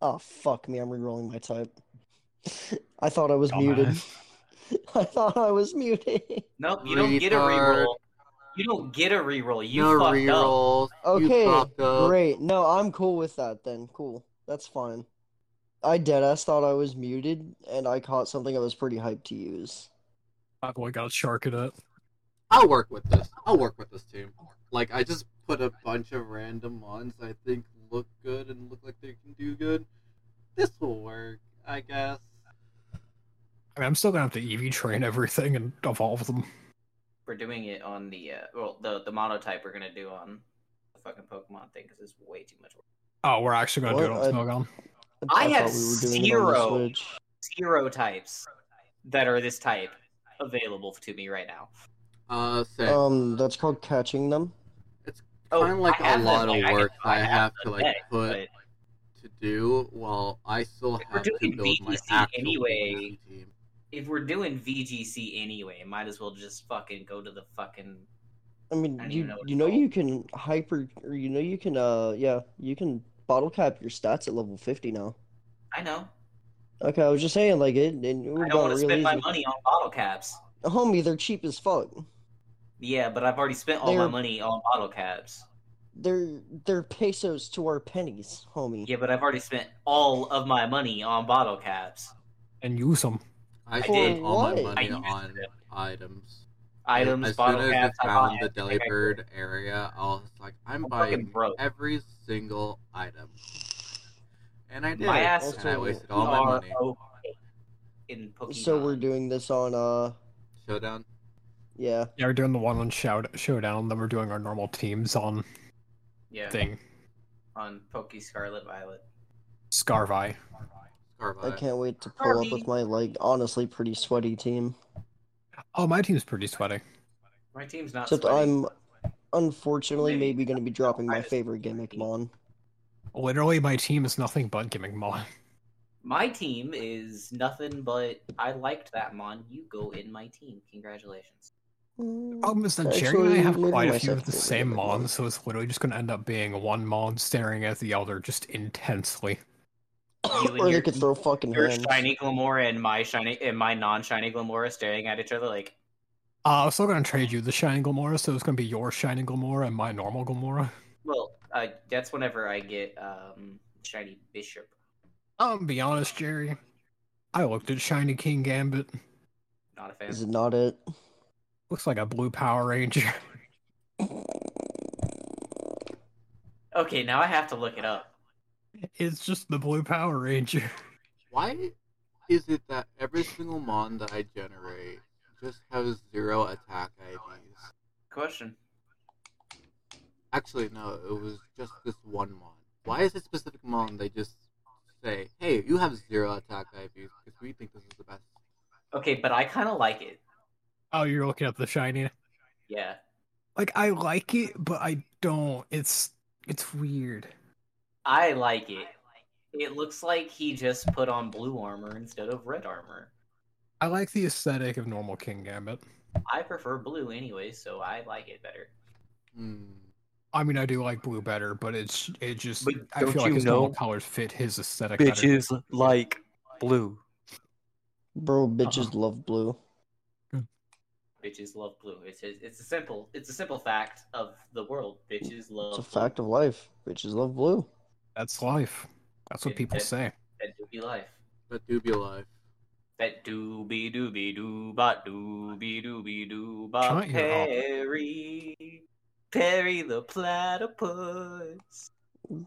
Speaker 4: Oh fuck me, I'm rerolling my type. I thought I was muted.
Speaker 2: Dumbass.
Speaker 4: I thought I was muted.
Speaker 3: Nope, you don't get a
Speaker 1: Retard.
Speaker 3: reroll. You don't get a reroll. You
Speaker 1: no
Speaker 3: fucked up.
Speaker 1: rerolls.
Speaker 4: Okay,
Speaker 1: You fucked up.
Speaker 4: Great. No, I'm cool with that then. Cool. That's fine. I deadass thought I was muted and I caught something I was pretty hyped to use.
Speaker 2: My boy got shark it up.
Speaker 1: I'll work with this. I'll work with this team. Like I just put a bunch of random ones I think look good and look like they can do good. This will work, I guess.
Speaker 2: I mean, I'm still gonna have to EV train everything and evolve them.
Speaker 3: We're doing it on the uh, well, the the monotype we're gonna do on the fucking Pokemon thing because it's way too much work.
Speaker 2: Oh, we're actually gonna do it
Speaker 4: What?
Speaker 2: on Smogon.
Speaker 3: I have
Speaker 4: thought we were doing it on the
Speaker 3: zero.
Speaker 4: Switch.
Speaker 3: Zero types that are this type available to me right now.
Speaker 1: Uh, say
Speaker 4: Um, that's called catching them.
Speaker 1: kind of like
Speaker 3: Oh, I have
Speaker 1: a lot
Speaker 3: the-
Speaker 1: of
Speaker 3: I can-
Speaker 1: work I have to
Speaker 3: the
Speaker 1: like
Speaker 3: deck,
Speaker 1: put
Speaker 3: but
Speaker 1: to do while I still
Speaker 3: If we're
Speaker 1: have to
Speaker 3: doing
Speaker 1: build my
Speaker 3: VGC
Speaker 1: actual
Speaker 3: anyway-
Speaker 1: VGC team.
Speaker 3: if we're doing VGC anyway, might as well just fucking go to the fucking.
Speaker 4: I mean,
Speaker 3: I don't
Speaker 4: you
Speaker 3: even know what
Speaker 4: you
Speaker 3: it's
Speaker 4: know
Speaker 3: called.
Speaker 4: you can hyper, or you know you can uh yeah you can bottle cap your stats at level fifty now.
Speaker 3: I know.
Speaker 4: Okay, I was just saying like it, and it would
Speaker 3: I
Speaker 4: have
Speaker 3: don't
Speaker 4: gone
Speaker 3: want to
Speaker 4: real
Speaker 3: spend
Speaker 4: easy.
Speaker 3: my money on bottle caps.
Speaker 4: Homie, they're cheap as fuck.
Speaker 3: Yeah, but I've already spent all my
Speaker 4: They're-
Speaker 3: money on bottle caps.
Speaker 4: They're they're pesos to our pennies, homie.
Speaker 3: Yeah, but I've already spent all of my money on bottle caps.
Speaker 2: and use them.
Speaker 1: I
Speaker 3: For
Speaker 1: spent all my
Speaker 4: what?
Speaker 1: money
Speaker 3: I used
Speaker 1: on
Speaker 3: it.
Speaker 1: items.
Speaker 3: Items,
Speaker 1: as
Speaker 3: bottle
Speaker 1: soon as
Speaker 3: caps.
Speaker 1: I found the
Speaker 3: bought everything I could.
Speaker 1: Delibird area, I was like, I'm
Speaker 3: I'm fucking
Speaker 1: buying
Speaker 3: broke.
Speaker 1: every single item, and I did.
Speaker 3: My ass
Speaker 1: and I
Speaker 4: also
Speaker 1: wasted all my
Speaker 3: are
Speaker 1: money.
Speaker 3: okay In Pokemon.
Speaker 4: So we're doing this on uh
Speaker 1: Showdown.
Speaker 4: yeah
Speaker 2: Yeah, we're doing the one on shout showdown. Then we're doing our normal teams on
Speaker 3: yeah
Speaker 2: thing
Speaker 3: on Poke Scarlet Violet.
Speaker 2: Scarvi.
Speaker 1: Carvi.
Speaker 4: I can't wait to pull up with my like honestly pretty sweaty team.
Speaker 2: Oh, my team's pretty sweaty.
Speaker 3: My team's not.
Speaker 4: Except
Speaker 3: sweaty.
Speaker 4: I'm unfortunately
Speaker 3: Maybe.
Speaker 4: maybe going to be dropping
Speaker 3: I
Speaker 4: my
Speaker 3: just-
Speaker 4: favorite gimmick mon.
Speaker 2: Literally, my team is nothing but gimmick mod.
Speaker 3: My team is nothing but I liked that mon. You go in my team. Congratulations.
Speaker 2: Problem is that Jerry and I
Speaker 4: Actually,
Speaker 2: have
Speaker 4: maybe
Speaker 2: quite a
Speaker 4: myself
Speaker 2: few of the
Speaker 4: will be
Speaker 2: same
Speaker 4: gimmick mod.
Speaker 2: mons, so it's literally just going to end up being one mon staring at the other just intensely.
Speaker 3: You and
Speaker 4: or they
Speaker 3: your-
Speaker 4: could throw fucking
Speaker 3: Your
Speaker 4: hands.
Speaker 3: shiny Glamora and my shiny and my non-shiny Glamora staring at each other like
Speaker 2: Uh, I'm still going to trade you the Shining Glamora, so it's going to be your Shining Glamora and my normal Glamora.
Speaker 3: Well, uh, that's whenever I get um, shiny bishop.
Speaker 2: I'm gonna Um, be honest, Jerry. I looked at Shiny King Gambit.
Speaker 3: Not a
Speaker 4: Is
Speaker 3: fan.
Speaker 4: it not it?
Speaker 2: Looks like a blue Power Ranger.
Speaker 3: Okay, now I have to look it up.
Speaker 2: It's just the blue Power Ranger.
Speaker 1: Why is it that every single mon that I generate just has zero attack IDs?
Speaker 3: Question.
Speaker 1: Actually, no, it was just this one mon. Why is it specific mon they just say, hey, you have zero attack IDs because we think this is the best?
Speaker 3: Okay, but I kind of like it.
Speaker 2: Oh, you're looking at the shiny.
Speaker 3: Yeah.
Speaker 2: Like I like it, but I don't. It's it's weird.
Speaker 3: I like it. It looks like he just put on blue armor instead of red armor.
Speaker 2: I like the aesthetic of normal King Gambit.
Speaker 3: I prefer blue anyway, so I like it better.
Speaker 1: Hmm.
Speaker 2: I mean, I do like blue better, but it's it just.
Speaker 6: But
Speaker 2: I
Speaker 6: don't
Speaker 2: feel like
Speaker 6: you
Speaker 2: his
Speaker 6: know
Speaker 2: normal colors fit his aesthetic. better.
Speaker 6: Bitches like blue.
Speaker 4: Bro,
Speaker 3: Uh-huh.
Speaker 4: bitches
Speaker 2: Uh-uh.
Speaker 4: love blue.
Speaker 3: Bitches love blue. It's a, it's a simple it's a simple fact of the world. Bitches love
Speaker 4: It's a
Speaker 3: blue.
Speaker 4: fact of life. Bitches love blue.
Speaker 2: That's life. That's what
Speaker 3: It-
Speaker 2: people
Speaker 3: it-
Speaker 2: say.
Speaker 3: That do be life.
Speaker 1: That do be alive.
Speaker 3: That doobie doobie doobot doobie doobie doobot
Speaker 2: Shut your mouth.
Speaker 3: Perry. Perry the platypus.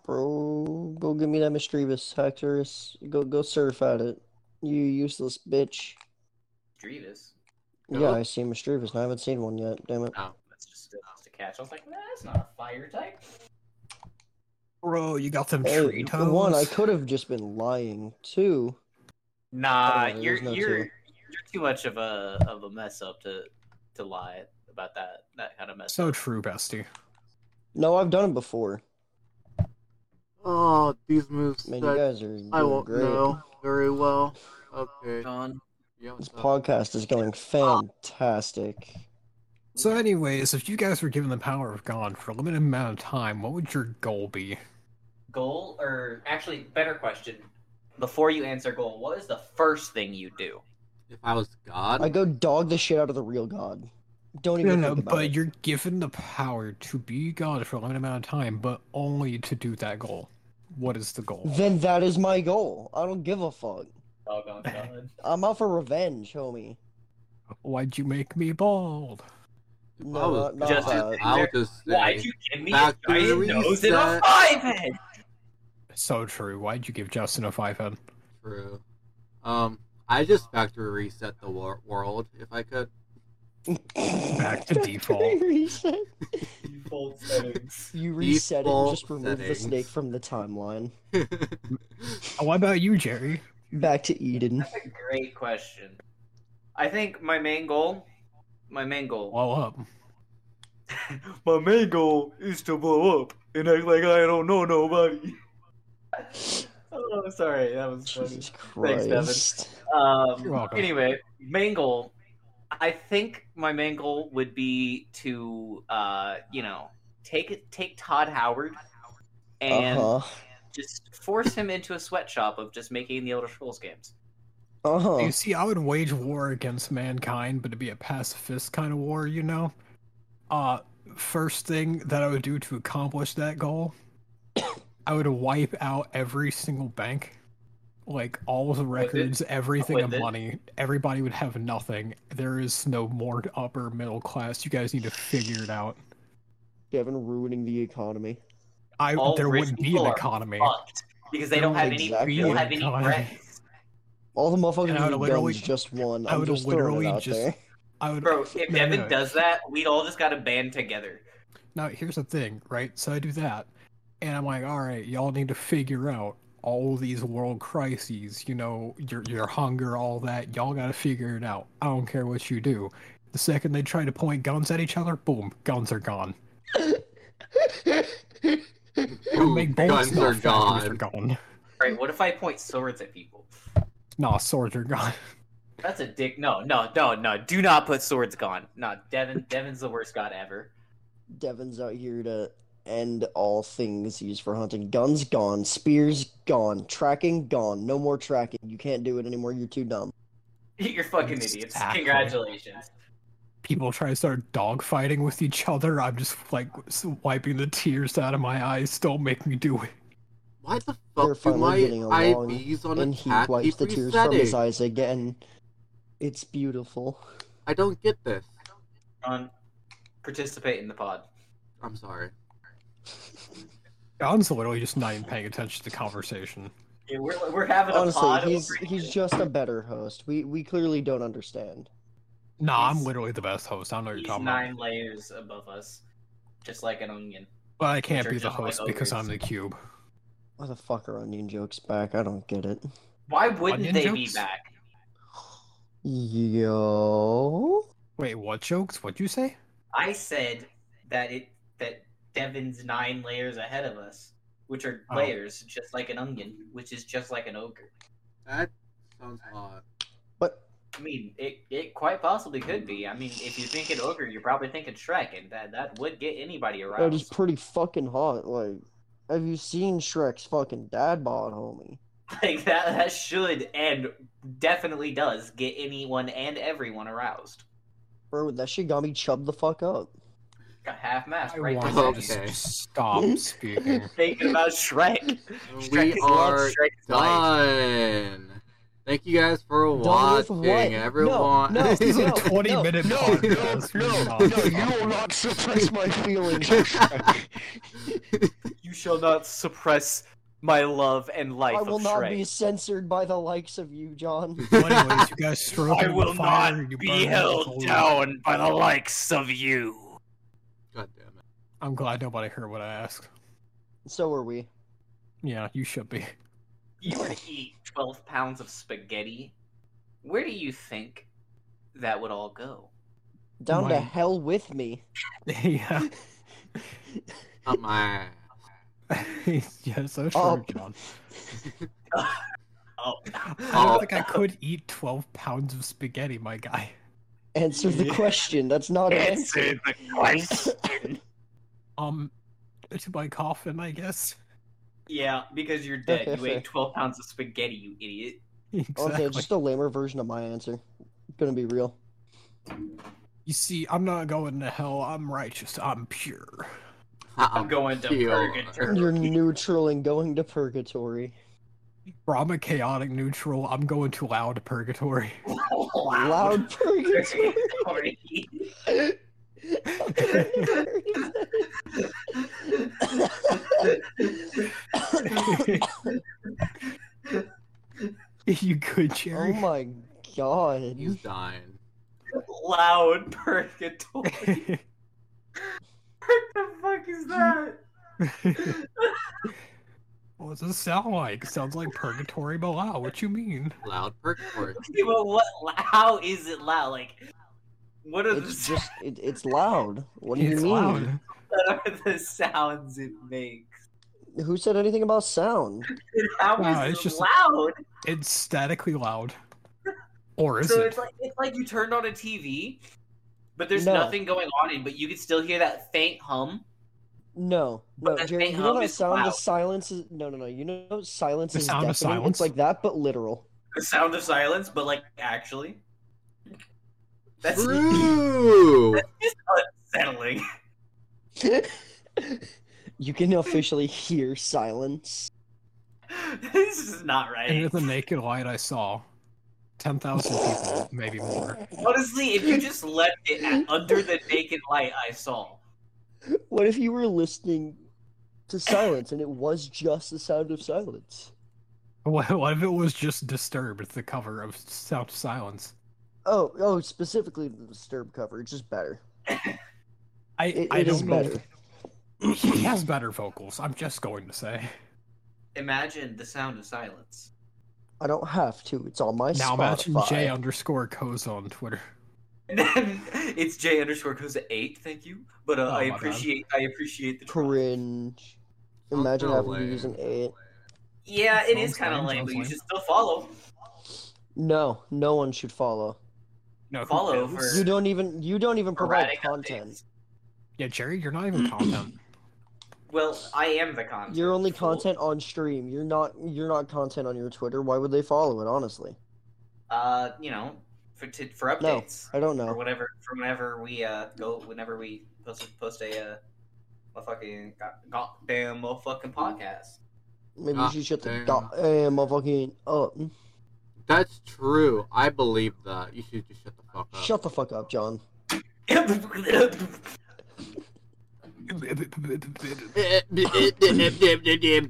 Speaker 4: Bro, go give me that Mistrevis, Hectorus. Go go surf at it. You useless bitch.
Speaker 3: Drevis.
Speaker 4: Yeah,
Speaker 1: Hello?
Speaker 4: I see Mistrevis, and I haven't seen one yet. Damn it.
Speaker 1: Oh.
Speaker 3: That's just, just a catch. I was like, nah, that's not a fire type.
Speaker 2: Bro, you got them tree
Speaker 4: Hey,
Speaker 2: toes.
Speaker 4: one, I could have just been lying. Two,
Speaker 3: Nah,
Speaker 4: Oh, there's
Speaker 3: you're
Speaker 4: no
Speaker 3: you're
Speaker 4: two.
Speaker 3: you're too much of a of a mess up to to lie about that that kind of mess.
Speaker 2: So
Speaker 3: up.
Speaker 2: true, bestie.
Speaker 4: no, I've done it before.
Speaker 1: Oh, these moves
Speaker 4: Man, you
Speaker 1: that
Speaker 4: guys are
Speaker 1: I
Speaker 4: doing
Speaker 1: won't
Speaker 4: great.
Speaker 1: know very well. Okay.
Speaker 6: John,
Speaker 1: Yeah,
Speaker 4: This
Speaker 1: what's up?
Speaker 4: podcast is going fantastic.
Speaker 2: So, anyways, if you guys were given the power of God for a limited amount of time, what would your goal be?
Speaker 3: goal or actually better question. Before you answer goal, what is the first thing you do?
Speaker 1: If I was God,
Speaker 4: I go dog the shit out of the real god. Don't
Speaker 2: No,
Speaker 4: even
Speaker 2: no,
Speaker 4: think about
Speaker 2: but
Speaker 4: it.
Speaker 2: you're given the power to be God for a limited amount of time, but only to do that goal. What is the goal?
Speaker 4: Then that is my goal. I don't give a fuck.
Speaker 3: Doggone God.
Speaker 4: I'm out for revenge, homie.
Speaker 2: Why'd you make me bald?
Speaker 1: if I
Speaker 4: No,
Speaker 1: was
Speaker 4: not, not
Speaker 3: Just-
Speaker 4: that.
Speaker 1: I would just say,
Speaker 3: Why'd you give me a
Speaker 1: Factory
Speaker 3: giant nose and a
Speaker 1: reset.
Speaker 3: five head?
Speaker 2: So true. Why'd you give Justin a five head?
Speaker 1: true. Um, I just factory reset the wor- world if I could.
Speaker 2: Back to default.
Speaker 4: reset.
Speaker 3: Default settings.
Speaker 4: You reset it.
Speaker 1: Default
Speaker 4: and Just remove
Speaker 1: settings.
Speaker 4: the snake from the timeline.
Speaker 2: Oh, what about you, Jerry?
Speaker 4: Back to Eden.
Speaker 3: That's a great question. I think my main goal, my main goal,
Speaker 2: Blow up.
Speaker 3: my main goal is to blow up and act like I don't know nobody. oh, sorry, that was funny.
Speaker 4: Jesus Christ.
Speaker 2: You're
Speaker 3: Um,
Speaker 2: welcome.
Speaker 3: anyway, main goal. I think my main goal would be to, uh, you know, take take Todd Howard and
Speaker 4: Uh huh.
Speaker 3: just force him into a sweatshop of just making the Elder Scrolls games.
Speaker 4: Uh huh.
Speaker 2: You see, I would wage war against mankind, but it'd be a pacifist kind of war, you know? Uh, first thing that I would do to accomplish that goal, I would wipe out every single bank. Like, all of the records, everything
Speaker 3: With
Speaker 2: of
Speaker 3: it.
Speaker 2: money. Everybody would have nothing. There is no more upper middle class. You guys need to figure it out.
Speaker 4: Kevin ruining the economy.
Speaker 2: I
Speaker 3: All
Speaker 2: There
Speaker 3: rich
Speaker 2: wouldn't be
Speaker 3: people
Speaker 2: an
Speaker 3: are
Speaker 2: economy.
Speaker 3: Fucked. Because they don't have any,
Speaker 4: Exactly.
Speaker 3: they don't have any
Speaker 2: God.
Speaker 3: friends.
Speaker 4: All the motherfuckers
Speaker 2: And I
Speaker 4: with
Speaker 2: would
Speaker 4: the
Speaker 2: literally-
Speaker 4: guns just one.
Speaker 2: I
Speaker 4: I'm
Speaker 2: would
Speaker 4: just throwing
Speaker 2: literally
Speaker 4: it out
Speaker 2: just-
Speaker 4: there.
Speaker 2: I would
Speaker 3: Bro, if
Speaker 2: No,
Speaker 3: Evan
Speaker 2: no.
Speaker 3: does that, we'd all just gotta band together.
Speaker 2: Now, here's the thing, right? So I do that, and I'm like, all right, y'all need to figure out all these world crises, you know, your your hunger, all that. Y'all got to figure it out. I don't care what you do. The second they try to point guns at each other, boom, guns are gone. Don't
Speaker 1: Ooh,
Speaker 2: make bold
Speaker 1: guns are
Speaker 2: stuff, factories
Speaker 1: gone.
Speaker 2: are gone.
Speaker 3: Right? What if I point swords at people?
Speaker 2: Nah, swords are gone.
Speaker 3: That's a dick. No, no, no, no. Do not put swords gone. No, Devin. Devin's the worst god ever.
Speaker 4: Devin's out here to end all things used for hunting. Guns gone, spears gone, tracking gone. No more tracking. You can't do it anymore. You're too dumb.
Speaker 3: You're fucking idiots.
Speaker 2: Exactly.
Speaker 3: Congratulations.
Speaker 2: People try to start dogfighting with each other. I'm just like wiping the tears out of my eyes. Don't make me do it.
Speaker 1: Why the
Speaker 4: They're
Speaker 1: fuck do
Speaker 4: finally
Speaker 1: my
Speaker 4: getting along,
Speaker 1: IVs on
Speaker 4: and he
Speaker 1: attack
Speaker 4: wipes
Speaker 1: keep
Speaker 4: the tears from his
Speaker 1: resetting?
Speaker 4: eyes again. It's beautiful.
Speaker 1: I don't get this.
Speaker 3: John, participate in the pod.
Speaker 1: I'm sorry.
Speaker 2: John's literally just not even paying attention to the conversation.
Speaker 3: Yeah, we're, we're having a pod.
Speaker 4: Honestly, he's
Speaker 3: over here.
Speaker 4: he's just a better host. We we clearly don't understand.
Speaker 2: Nah, I'm
Speaker 3: He's-
Speaker 2: literally the best host. I don't know what you're
Speaker 3: He's
Speaker 2: talking
Speaker 3: nine
Speaker 2: about.
Speaker 3: layers above us, just like an onion.
Speaker 2: But I can't
Speaker 3: You're
Speaker 2: be the
Speaker 3: just like
Speaker 2: host because
Speaker 3: ogres.
Speaker 2: I'm the cube.
Speaker 4: Why the fuck are onion jokes back? I don't get it.
Speaker 3: Why wouldn't
Speaker 2: Onion
Speaker 3: they be
Speaker 2: jokes?
Speaker 3: back?
Speaker 4: Yo.
Speaker 2: Wait, what jokes? What'd you say?
Speaker 3: I said that it that Devin's nine layers ahead of us, which are
Speaker 2: Oh.
Speaker 3: layers just like an onion, which is just like an ogre.
Speaker 1: That sounds odd.
Speaker 4: But
Speaker 3: I mean, it, it quite possibly could be. I mean, if you're thinking ogre, you're probably thinking Shrek, and that that would get anybody
Speaker 4: that is
Speaker 3: around.
Speaker 4: pretty fucking hot. Like, have you seen Shrek's fucking dad bod, homie?
Speaker 3: Like that that should and definitely does get anyone and everyone aroused.
Speaker 4: Bro, that shit got me chubbed the fuck up.
Speaker 3: Got half
Speaker 2: I
Speaker 3: mast right
Speaker 2: want
Speaker 1: there.
Speaker 2: to
Speaker 1: Okay.
Speaker 2: just stop speaking.
Speaker 3: thinking about Shrek.
Speaker 1: We
Speaker 3: Shrek is love,
Speaker 1: are
Speaker 3: Shrek is life.
Speaker 1: done. Thank you guys for
Speaker 4: Done with
Speaker 1: watching,
Speaker 4: what?
Speaker 1: everyone.
Speaker 4: No, no,
Speaker 2: This is a
Speaker 4: no,
Speaker 2: 20
Speaker 4: no,
Speaker 2: minute
Speaker 7: No, no, no,
Speaker 2: podcast.
Speaker 7: no,
Speaker 2: We're
Speaker 7: you will not suppress my feelings. Shrek.
Speaker 3: You shall not suppress my love and life
Speaker 4: I will
Speaker 3: of
Speaker 4: not
Speaker 3: Shrek.
Speaker 4: be censored by the likes of you, John.
Speaker 2: Well, anyways, you guys stroke
Speaker 3: I
Speaker 2: it with
Speaker 3: will
Speaker 2: fire,
Speaker 3: not
Speaker 2: you
Speaker 3: be
Speaker 2: burn
Speaker 3: held
Speaker 2: with oil.
Speaker 3: down by the likes of you.
Speaker 1: God damn it.
Speaker 2: I'm glad nobody heard what I asked.
Speaker 4: So are we.
Speaker 2: Yeah, you should be.
Speaker 3: You would eat 12 pounds of spaghetti. Where do you think that would all go?
Speaker 4: Down
Speaker 2: Mine.
Speaker 4: to hell with me.
Speaker 2: yeah.
Speaker 1: Up my ass.
Speaker 2: yeah, so true,
Speaker 4: Up.
Speaker 2: John.
Speaker 3: Oh,
Speaker 2: I don't
Speaker 1: Up.
Speaker 2: think I could eat 12 pounds of spaghetti, my guy.
Speaker 4: Answer the question. That's not an answer.
Speaker 3: answer the question.
Speaker 2: Um, to my coffin, I guess.
Speaker 3: yeah, because you're dead. You ate 12 pounds of spaghetti, you idiot.
Speaker 4: Honestly,
Speaker 2: Exactly.
Speaker 4: just a lamer version of my answer. Gonna be real.
Speaker 2: You see, I'm not going to hell. I'm righteous. I'm pure.
Speaker 3: I'm going to
Speaker 1: pure.
Speaker 3: purgatory.
Speaker 4: You're neutral and going to purgatory.
Speaker 2: Bro, I'm a chaotic neutral. I'm going to loud purgatory.
Speaker 4: Loud purgatory.
Speaker 3: Purgatory.
Speaker 2: you could,
Speaker 4: oh
Speaker 2: Jerry.
Speaker 4: my god.
Speaker 1: He's dying.
Speaker 3: Loud purgatory. What the fuck is that?
Speaker 2: what does this sound like? Sounds like purgatory, but wow, what you mean?
Speaker 1: Loud purgatory.
Speaker 3: well, what? How is it loud? Like, what are the,
Speaker 4: It's just it, it's loud. What do you
Speaker 2: it's
Speaker 4: mean?
Speaker 2: loud.
Speaker 3: what are the sounds it makes?
Speaker 4: Who said anything about sound?
Speaker 3: And How is
Speaker 2: Wow,
Speaker 3: it
Speaker 2: it's just-
Speaker 3: loud?
Speaker 2: It's statically loud. Or is
Speaker 3: So
Speaker 2: it?
Speaker 3: it's like it's like you turned on a TV, but there's
Speaker 4: No.
Speaker 3: nothing going on, in, but you can still hear that faint hum.
Speaker 4: No, no,
Speaker 3: But that
Speaker 4: Jerry.
Speaker 3: thing
Speaker 4: You know
Speaker 3: hum
Speaker 4: how
Speaker 3: is
Speaker 4: sound
Speaker 3: loud.
Speaker 4: is silence is no, no, no. You know silence
Speaker 2: The
Speaker 4: is
Speaker 2: sound of
Speaker 4: deafening.
Speaker 2: silence?
Speaker 4: It's like that, but literal.
Speaker 3: The sound of silence, but like actually, that's
Speaker 1: True.
Speaker 3: just unsettling.
Speaker 4: you can officially hear silence.
Speaker 3: this is not right.
Speaker 2: And in the naked light, I saw 10,000 people, maybe more.
Speaker 3: Honestly, if you just left it at, under the naked light, I saw.
Speaker 4: What if you were listening to silence and it was just the sound of silence?
Speaker 2: What what if it was just Disturbed, the cover of Sound of Silence?
Speaker 4: Oh, oh, specifically the disturb cover. It's just better.
Speaker 2: I,
Speaker 4: It,
Speaker 2: I
Speaker 4: it is
Speaker 2: don't know.
Speaker 4: better.
Speaker 2: He has better vocals, I'm just going to say.
Speaker 5: Imagine the sound of silence.
Speaker 4: I don't have to. It's on my
Speaker 2: Now imagine
Speaker 4: Spotify.
Speaker 2: J underscore Coz on Twitter.
Speaker 5: it's J underscore goes to eight. Thank you, but uh,
Speaker 2: Oh,
Speaker 5: I
Speaker 2: my bad.
Speaker 5: appreciate I appreciate the try.
Speaker 4: Cringe. Imagine
Speaker 1: No
Speaker 4: having
Speaker 1: way.
Speaker 4: to use an eight.
Speaker 5: Yeah, it is
Speaker 2: Sounds
Speaker 5: kind of
Speaker 2: lame,
Speaker 5: lame,
Speaker 2: sounds
Speaker 5: but you
Speaker 2: lame.
Speaker 5: should still follow.
Speaker 4: No, no one should follow.
Speaker 2: No, who
Speaker 5: Follow
Speaker 2: cares?
Speaker 5: for-
Speaker 4: You don't even you don't even provide
Speaker 5: Erratic
Speaker 4: content.
Speaker 5: updates.
Speaker 2: Yeah, Jerry, you're not even content.
Speaker 5: Well, I am the content.
Speaker 4: You're only
Speaker 5: fool.
Speaker 4: content on stream. You're not you're not content on your Twitter. Why would they follow it? Honestly,
Speaker 5: Uh, you know, for to, for
Speaker 4: No.
Speaker 5: updates
Speaker 4: I don't
Speaker 5: or
Speaker 4: know.
Speaker 5: whenever for whenever we uh go whenever we post post a uh motherfucking god- goddamn motherfucking podcast.
Speaker 4: Maybe
Speaker 1: Ah,
Speaker 4: you should shut the
Speaker 1: damn.
Speaker 4: goddamn motherfucking up.
Speaker 1: That's true. I believe that. You should just shut the fuck up.
Speaker 4: Shut the fuck up, John.
Speaker 1: I'm sorry.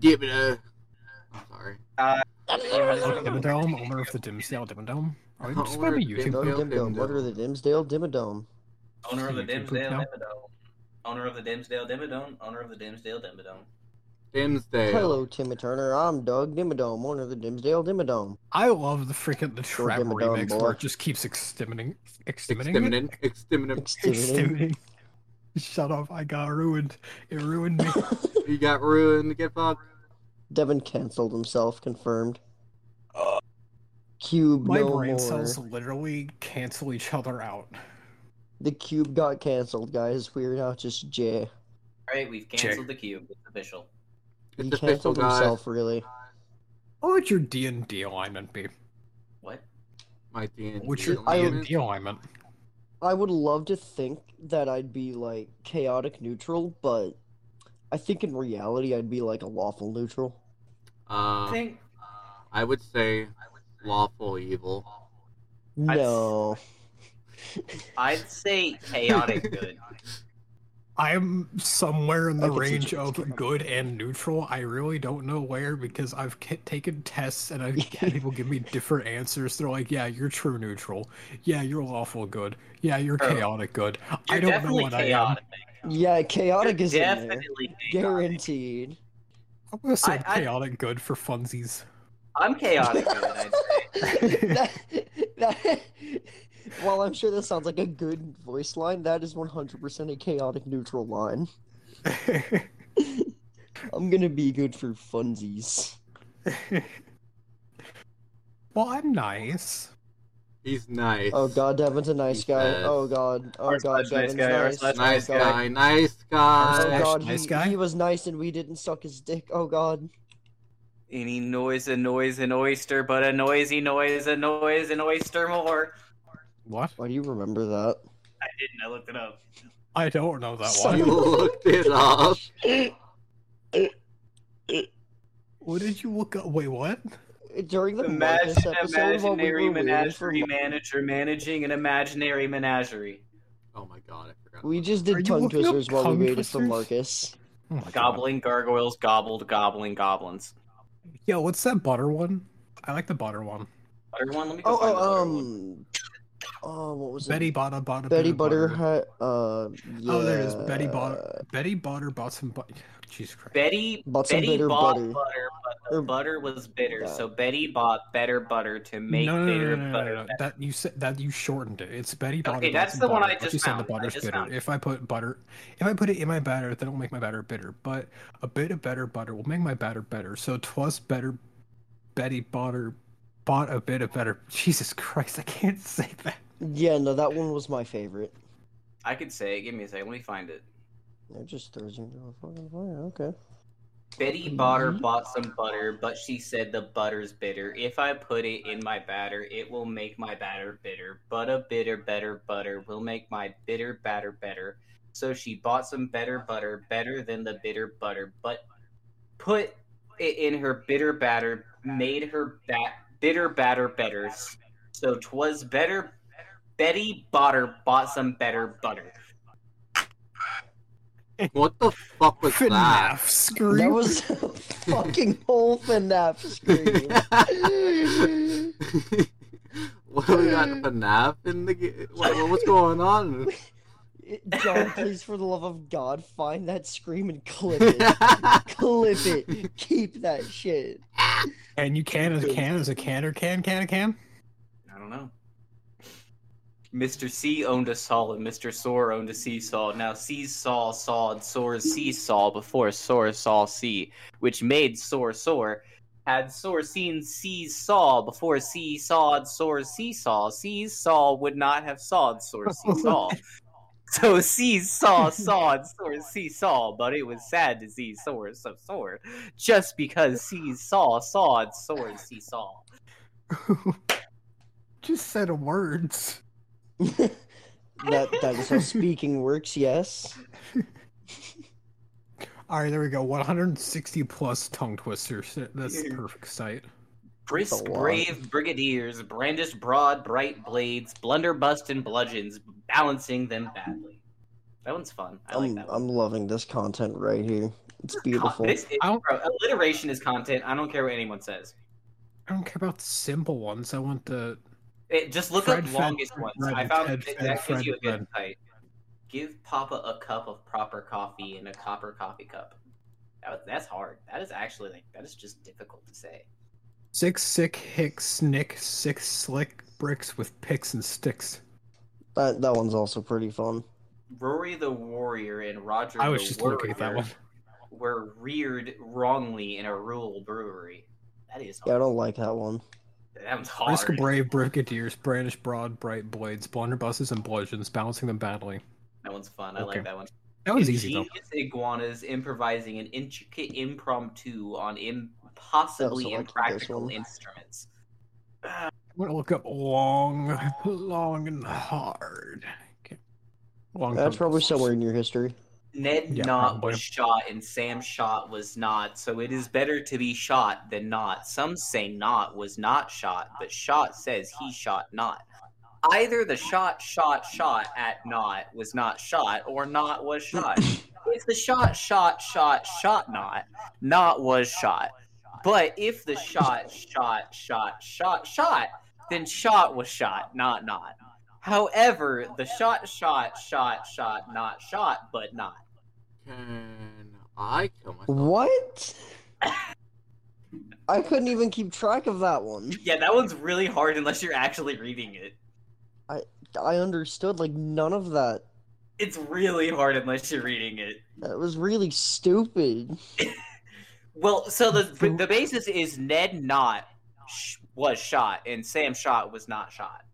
Speaker 2: Dimmadome, owner of the Dimsdale Dimmadome. Are we just
Speaker 1: Owner of
Speaker 2: going to YouTube?
Speaker 1: Dimmadome.
Speaker 2: video?
Speaker 4: Dimdome, Dimdome. What are the Dimsdale Dimmadome?
Speaker 5: Owner of the
Speaker 2: Just a YouTube
Speaker 5: Dimsdale
Speaker 2: account.
Speaker 5: Dimmadome. Owner of the Dimsdale Dimmadome. Owner of the Dimsdale Dimmadome.
Speaker 1: Dimsdale.
Speaker 4: Hello, Timmy Turner. I'm Doug Dimmadome, owner of the Dimsdale Dimmadome.
Speaker 2: I love the freaking the
Speaker 4: Sure,
Speaker 2: trap
Speaker 4: Dimmadome
Speaker 2: remix
Speaker 4: boy.
Speaker 2: where it just keeps exterminating. Exterminating?
Speaker 1: Exterminate. Exterminate.
Speaker 4: Exterminating.
Speaker 2: Shut up, I got ruined. It ruined me.
Speaker 1: You got ruined. Get fucked.
Speaker 4: Devin canceled himself. Confirmed. Cube
Speaker 2: Uh, My
Speaker 4: no
Speaker 2: brain
Speaker 4: more.
Speaker 2: cells literally cancel each other out.
Speaker 4: The cube got canceled, guys. We're now just J.
Speaker 5: All right, we've canceled the cube. It's official.
Speaker 1: It's
Speaker 4: He
Speaker 1: official,
Speaker 4: canceled
Speaker 1: guys.
Speaker 4: himself, really.
Speaker 2: What would your D and D alignment be?
Speaker 5: What?
Speaker 1: My D&D.
Speaker 2: What's your D
Speaker 4: I-
Speaker 2: and D alignment?
Speaker 4: I would love to think that I'd be like chaotic neutral, but I think in reality I'd be like a lawful neutral.
Speaker 1: Uh,
Speaker 5: Think.
Speaker 1: I would say lawful evil.
Speaker 4: No.
Speaker 5: I'd say chaotic good.
Speaker 2: I'm somewhere in
Speaker 4: I
Speaker 2: the
Speaker 4: can see
Speaker 2: range
Speaker 4: James
Speaker 2: of
Speaker 4: coming up.
Speaker 2: good and neutral. I really don't know where because I've ca- taken tests and I've had people give me different answers. They're like, "Yeah, you're true neutral. Yeah, you're lawful good. Yeah, you're
Speaker 5: Oh.
Speaker 2: chaotic good." I
Speaker 5: You're
Speaker 2: don't know
Speaker 5: definitely
Speaker 2: what
Speaker 5: chaotic.
Speaker 4: Yeah, chaotic
Speaker 5: You're
Speaker 4: is in there.
Speaker 5: definitely chaotic.
Speaker 4: Guaranteed.
Speaker 2: I am. I'm gonna say
Speaker 5: I- I-
Speaker 2: chaotic good for funsies.
Speaker 5: I'm chaotic good. I'd say.
Speaker 4: That- that- while I'm sure this sounds like a good voice line, that is 100% a chaotic neutral line. I'm gonna be good for funsies.
Speaker 2: well, I'm nice.
Speaker 1: He's nice.
Speaker 4: Oh god, Devin's a nice guy.
Speaker 1: Yes.
Speaker 4: Oh god. Oh
Speaker 3: R
Speaker 4: god,
Speaker 3: slash nice
Speaker 4: Devin's
Speaker 3: guy, R
Speaker 4: nice.
Speaker 3: slash
Speaker 1: Nice
Speaker 4: Oh,
Speaker 1: guy.
Speaker 4: God.
Speaker 1: Nice guy.
Speaker 2: Uh,
Speaker 4: Oh
Speaker 2: Slash
Speaker 4: god,
Speaker 2: nice
Speaker 4: he,
Speaker 2: guy?
Speaker 4: he was nice and we didn't suck his dick. Oh god.
Speaker 3: Any noise, a noise, an oyster, but a noisy noise, a noise, an oyster more.
Speaker 2: What?
Speaker 4: Why do you remember that?
Speaker 3: I didn't. I looked it up.
Speaker 2: I don't know that one.
Speaker 4: Son
Speaker 1: You looked it up.
Speaker 2: What did you look up? Wait, what? Oh
Speaker 4: During the
Speaker 3: Imagine
Speaker 4: Marcus episode while we
Speaker 3: imaginary
Speaker 4: were waiting for
Speaker 3: menagerie
Speaker 4: Mar-
Speaker 3: manager managing an imaginary menagerie.
Speaker 1: Oh my god, I forgot.
Speaker 4: We just
Speaker 2: Are you
Speaker 4: did tongue
Speaker 2: looking up
Speaker 4: twisters while
Speaker 2: tongue
Speaker 4: we waited for
Speaker 2: twisters?
Speaker 4: Marcus.
Speaker 2: Oh my God.
Speaker 3: Gobbling gargoyles gobbled gobbling goblins.
Speaker 2: Yo, what's that butter one? I like the butter one.
Speaker 3: Butter one, let me go
Speaker 4: Oh,
Speaker 3: find the
Speaker 4: oh
Speaker 3: butter one.
Speaker 4: um Oh what was
Speaker 2: Betty
Speaker 4: it?
Speaker 2: Botta Botta
Speaker 4: Betty
Speaker 2: Boo
Speaker 4: Butter had uh yeah.
Speaker 2: Oh, there it is. Betty Botter. Betty Botter bought some butter. Jesus Christ.
Speaker 3: Betty
Speaker 4: Bought some
Speaker 3: Betty
Speaker 4: bitter
Speaker 3: bought
Speaker 4: butter.
Speaker 3: butter, but the
Speaker 4: Or-
Speaker 3: butter was bitter,
Speaker 4: Yeah.
Speaker 3: so Betty bought better butter to make
Speaker 2: no, no, no, no,
Speaker 3: bitter
Speaker 2: no, no,
Speaker 3: butter.
Speaker 2: no, no. That you said that you shortened it. It's Betty Botter.
Speaker 3: Okay,
Speaker 2: bought
Speaker 3: that's
Speaker 2: some
Speaker 3: the one
Speaker 2: butter,
Speaker 3: I
Speaker 2: but
Speaker 3: just
Speaker 2: you said the
Speaker 3: found. I
Speaker 2: butter's
Speaker 3: just
Speaker 2: bitter.
Speaker 3: found it.
Speaker 2: If I put butter, if I put it in my batter, that will make my batter bitter. But a bit of better butter will make my batter better. So twas better. Betty Botter bought a bit of better. Jesus Christ, I can't say that.
Speaker 4: Yeah, no, that one was my favorite.
Speaker 3: I could say, give me a second, let me find it.
Speaker 4: It just throws you into a fucking fire, okay.
Speaker 3: Betty Botter bought some butter, but she said the butter's bitter. If I put it in my batter, it will make my batter bitter. But a bitter, better butter will make my bitter batter better. So she bought some better butter, better than the bitter butter, but put it in her bitter batter, made her bat bitter batter better. So 'twas better. Betty Botter bought some better butter.
Speaker 1: What the fuck was
Speaker 2: FNAF
Speaker 1: that?
Speaker 2: scream.
Speaker 4: That was a fucking whole FNAF scream.
Speaker 1: what we got FNAF in the game? What, what's going on?
Speaker 4: It- John, please, for the love of God, find that scream and clip it. clip it. Keep that shit.
Speaker 2: And you can as a can as a can or can can a can.
Speaker 3: I don't know. Mr. C owned a saw and Mr. Sore owned a seesaw. Now C saw saw and Sore's seesaw before Sore saw C, which made Sore Sore. Had Sore seen C saw before C sawed Sore's seesaw, C saw would not have sawed Sore's seesaw. so C saw sawed Sore's seesaw, but it was sad to see Sore so sore just because C saw sawed Sore's seesaw.
Speaker 2: Just said words.
Speaker 4: that that is how speaking works. Yes.
Speaker 2: All right, there we go. 160 plus tongue twisters. That's the perfect sight.
Speaker 3: Brisk,
Speaker 4: lot.
Speaker 3: brave brigadiers brandish broad, bright blades, blunderbust and bludgeons, balancing them badly. That one's fun. I like
Speaker 4: I'm
Speaker 3: that one.
Speaker 4: I'm loving this content right here. It's beautiful.
Speaker 3: This is-
Speaker 2: I don't-
Speaker 3: bro, alliteration is content. I don't care what anyone says.
Speaker 2: I don't care about the simple ones. I want the.
Speaker 3: It, just look
Speaker 2: Fred,
Speaker 3: up
Speaker 2: Fred,
Speaker 3: longest
Speaker 2: Fred,
Speaker 3: ones.
Speaker 2: Fred,
Speaker 3: I found
Speaker 2: Fred,
Speaker 3: that,
Speaker 2: Fred,
Speaker 3: that
Speaker 2: Fred,
Speaker 3: gives you a good
Speaker 2: Fred.
Speaker 3: insight. Give Papa a cup of proper coffee in a copper coffee cup. That, was- that's hard. That is actually like that is just difficult to say.
Speaker 2: Six sick hicks nick six slick bricks with picks and sticks.
Speaker 4: That that one's also pretty fun.
Speaker 3: Rory the warrior and Roger.
Speaker 2: I was
Speaker 3: the
Speaker 2: just looking at that
Speaker 3: Warrior
Speaker 2: one.
Speaker 3: were reared wrongly in a rural brewery. That is
Speaker 4: Yeah, I
Speaker 3: hard.
Speaker 4: don't like that one.
Speaker 3: That was
Speaker 2: Risk
Speaker 3: hard.
Speaker 2: brave brigadiers, brandish broad, bright blades, blunderbusses, and bludgeons, balancing them badly.
Speaker 3: That one's fun. I
Speaker 2: Okay.
Speaker 3: like that one.
Speaker 2: That was easy though.
Speaker 3: Ingenious iguanas improvising an intricate impromptu on impossibly
Speaker 4: I also like this
Speaker 3: impractical
Speaker 4: one.
Speaker 3: instruments.
Speaker 2: I'm gonna look up long, long and hard. Okay. Long
Speaker 4: That's
Speaker 2: tongue
Speaker 4: probably
Speaker 2: twisters.
Speaker 4: somewhere in your history.
Speaker 3: Ned
Speaker 2: Yeah,
Speaker 3: Knott
Speaker 2: probably.
Speaker 3: was shot and Sam Shot was not, so it is better to be shot than not. Some say Knott was not shot, but Shot says he shot Knott. Either the shot shot shot at Knott was not shot, or Knott was shot. if the shot shot shot shot Knott, Knott was shot. But if the shot shot shot shot shot, then Shot was shot, not Knott. However, the shot shot shot shot not shot, but not.
Speaker 1: Can I kill myself?
Speaker 4: What? I couldn't even keep track of that one.
Speaker 3: Yeah, that one's really hard unless you're actually reading it.
Speaker 4: I understood like none of that.
Speaker 3: It's really hard unless you're reading it.
Speaker 4: That was really stupid.
Speaker 3: Well, so the the basis is Ned Knott sh- was shot and Sam Shot was not shot,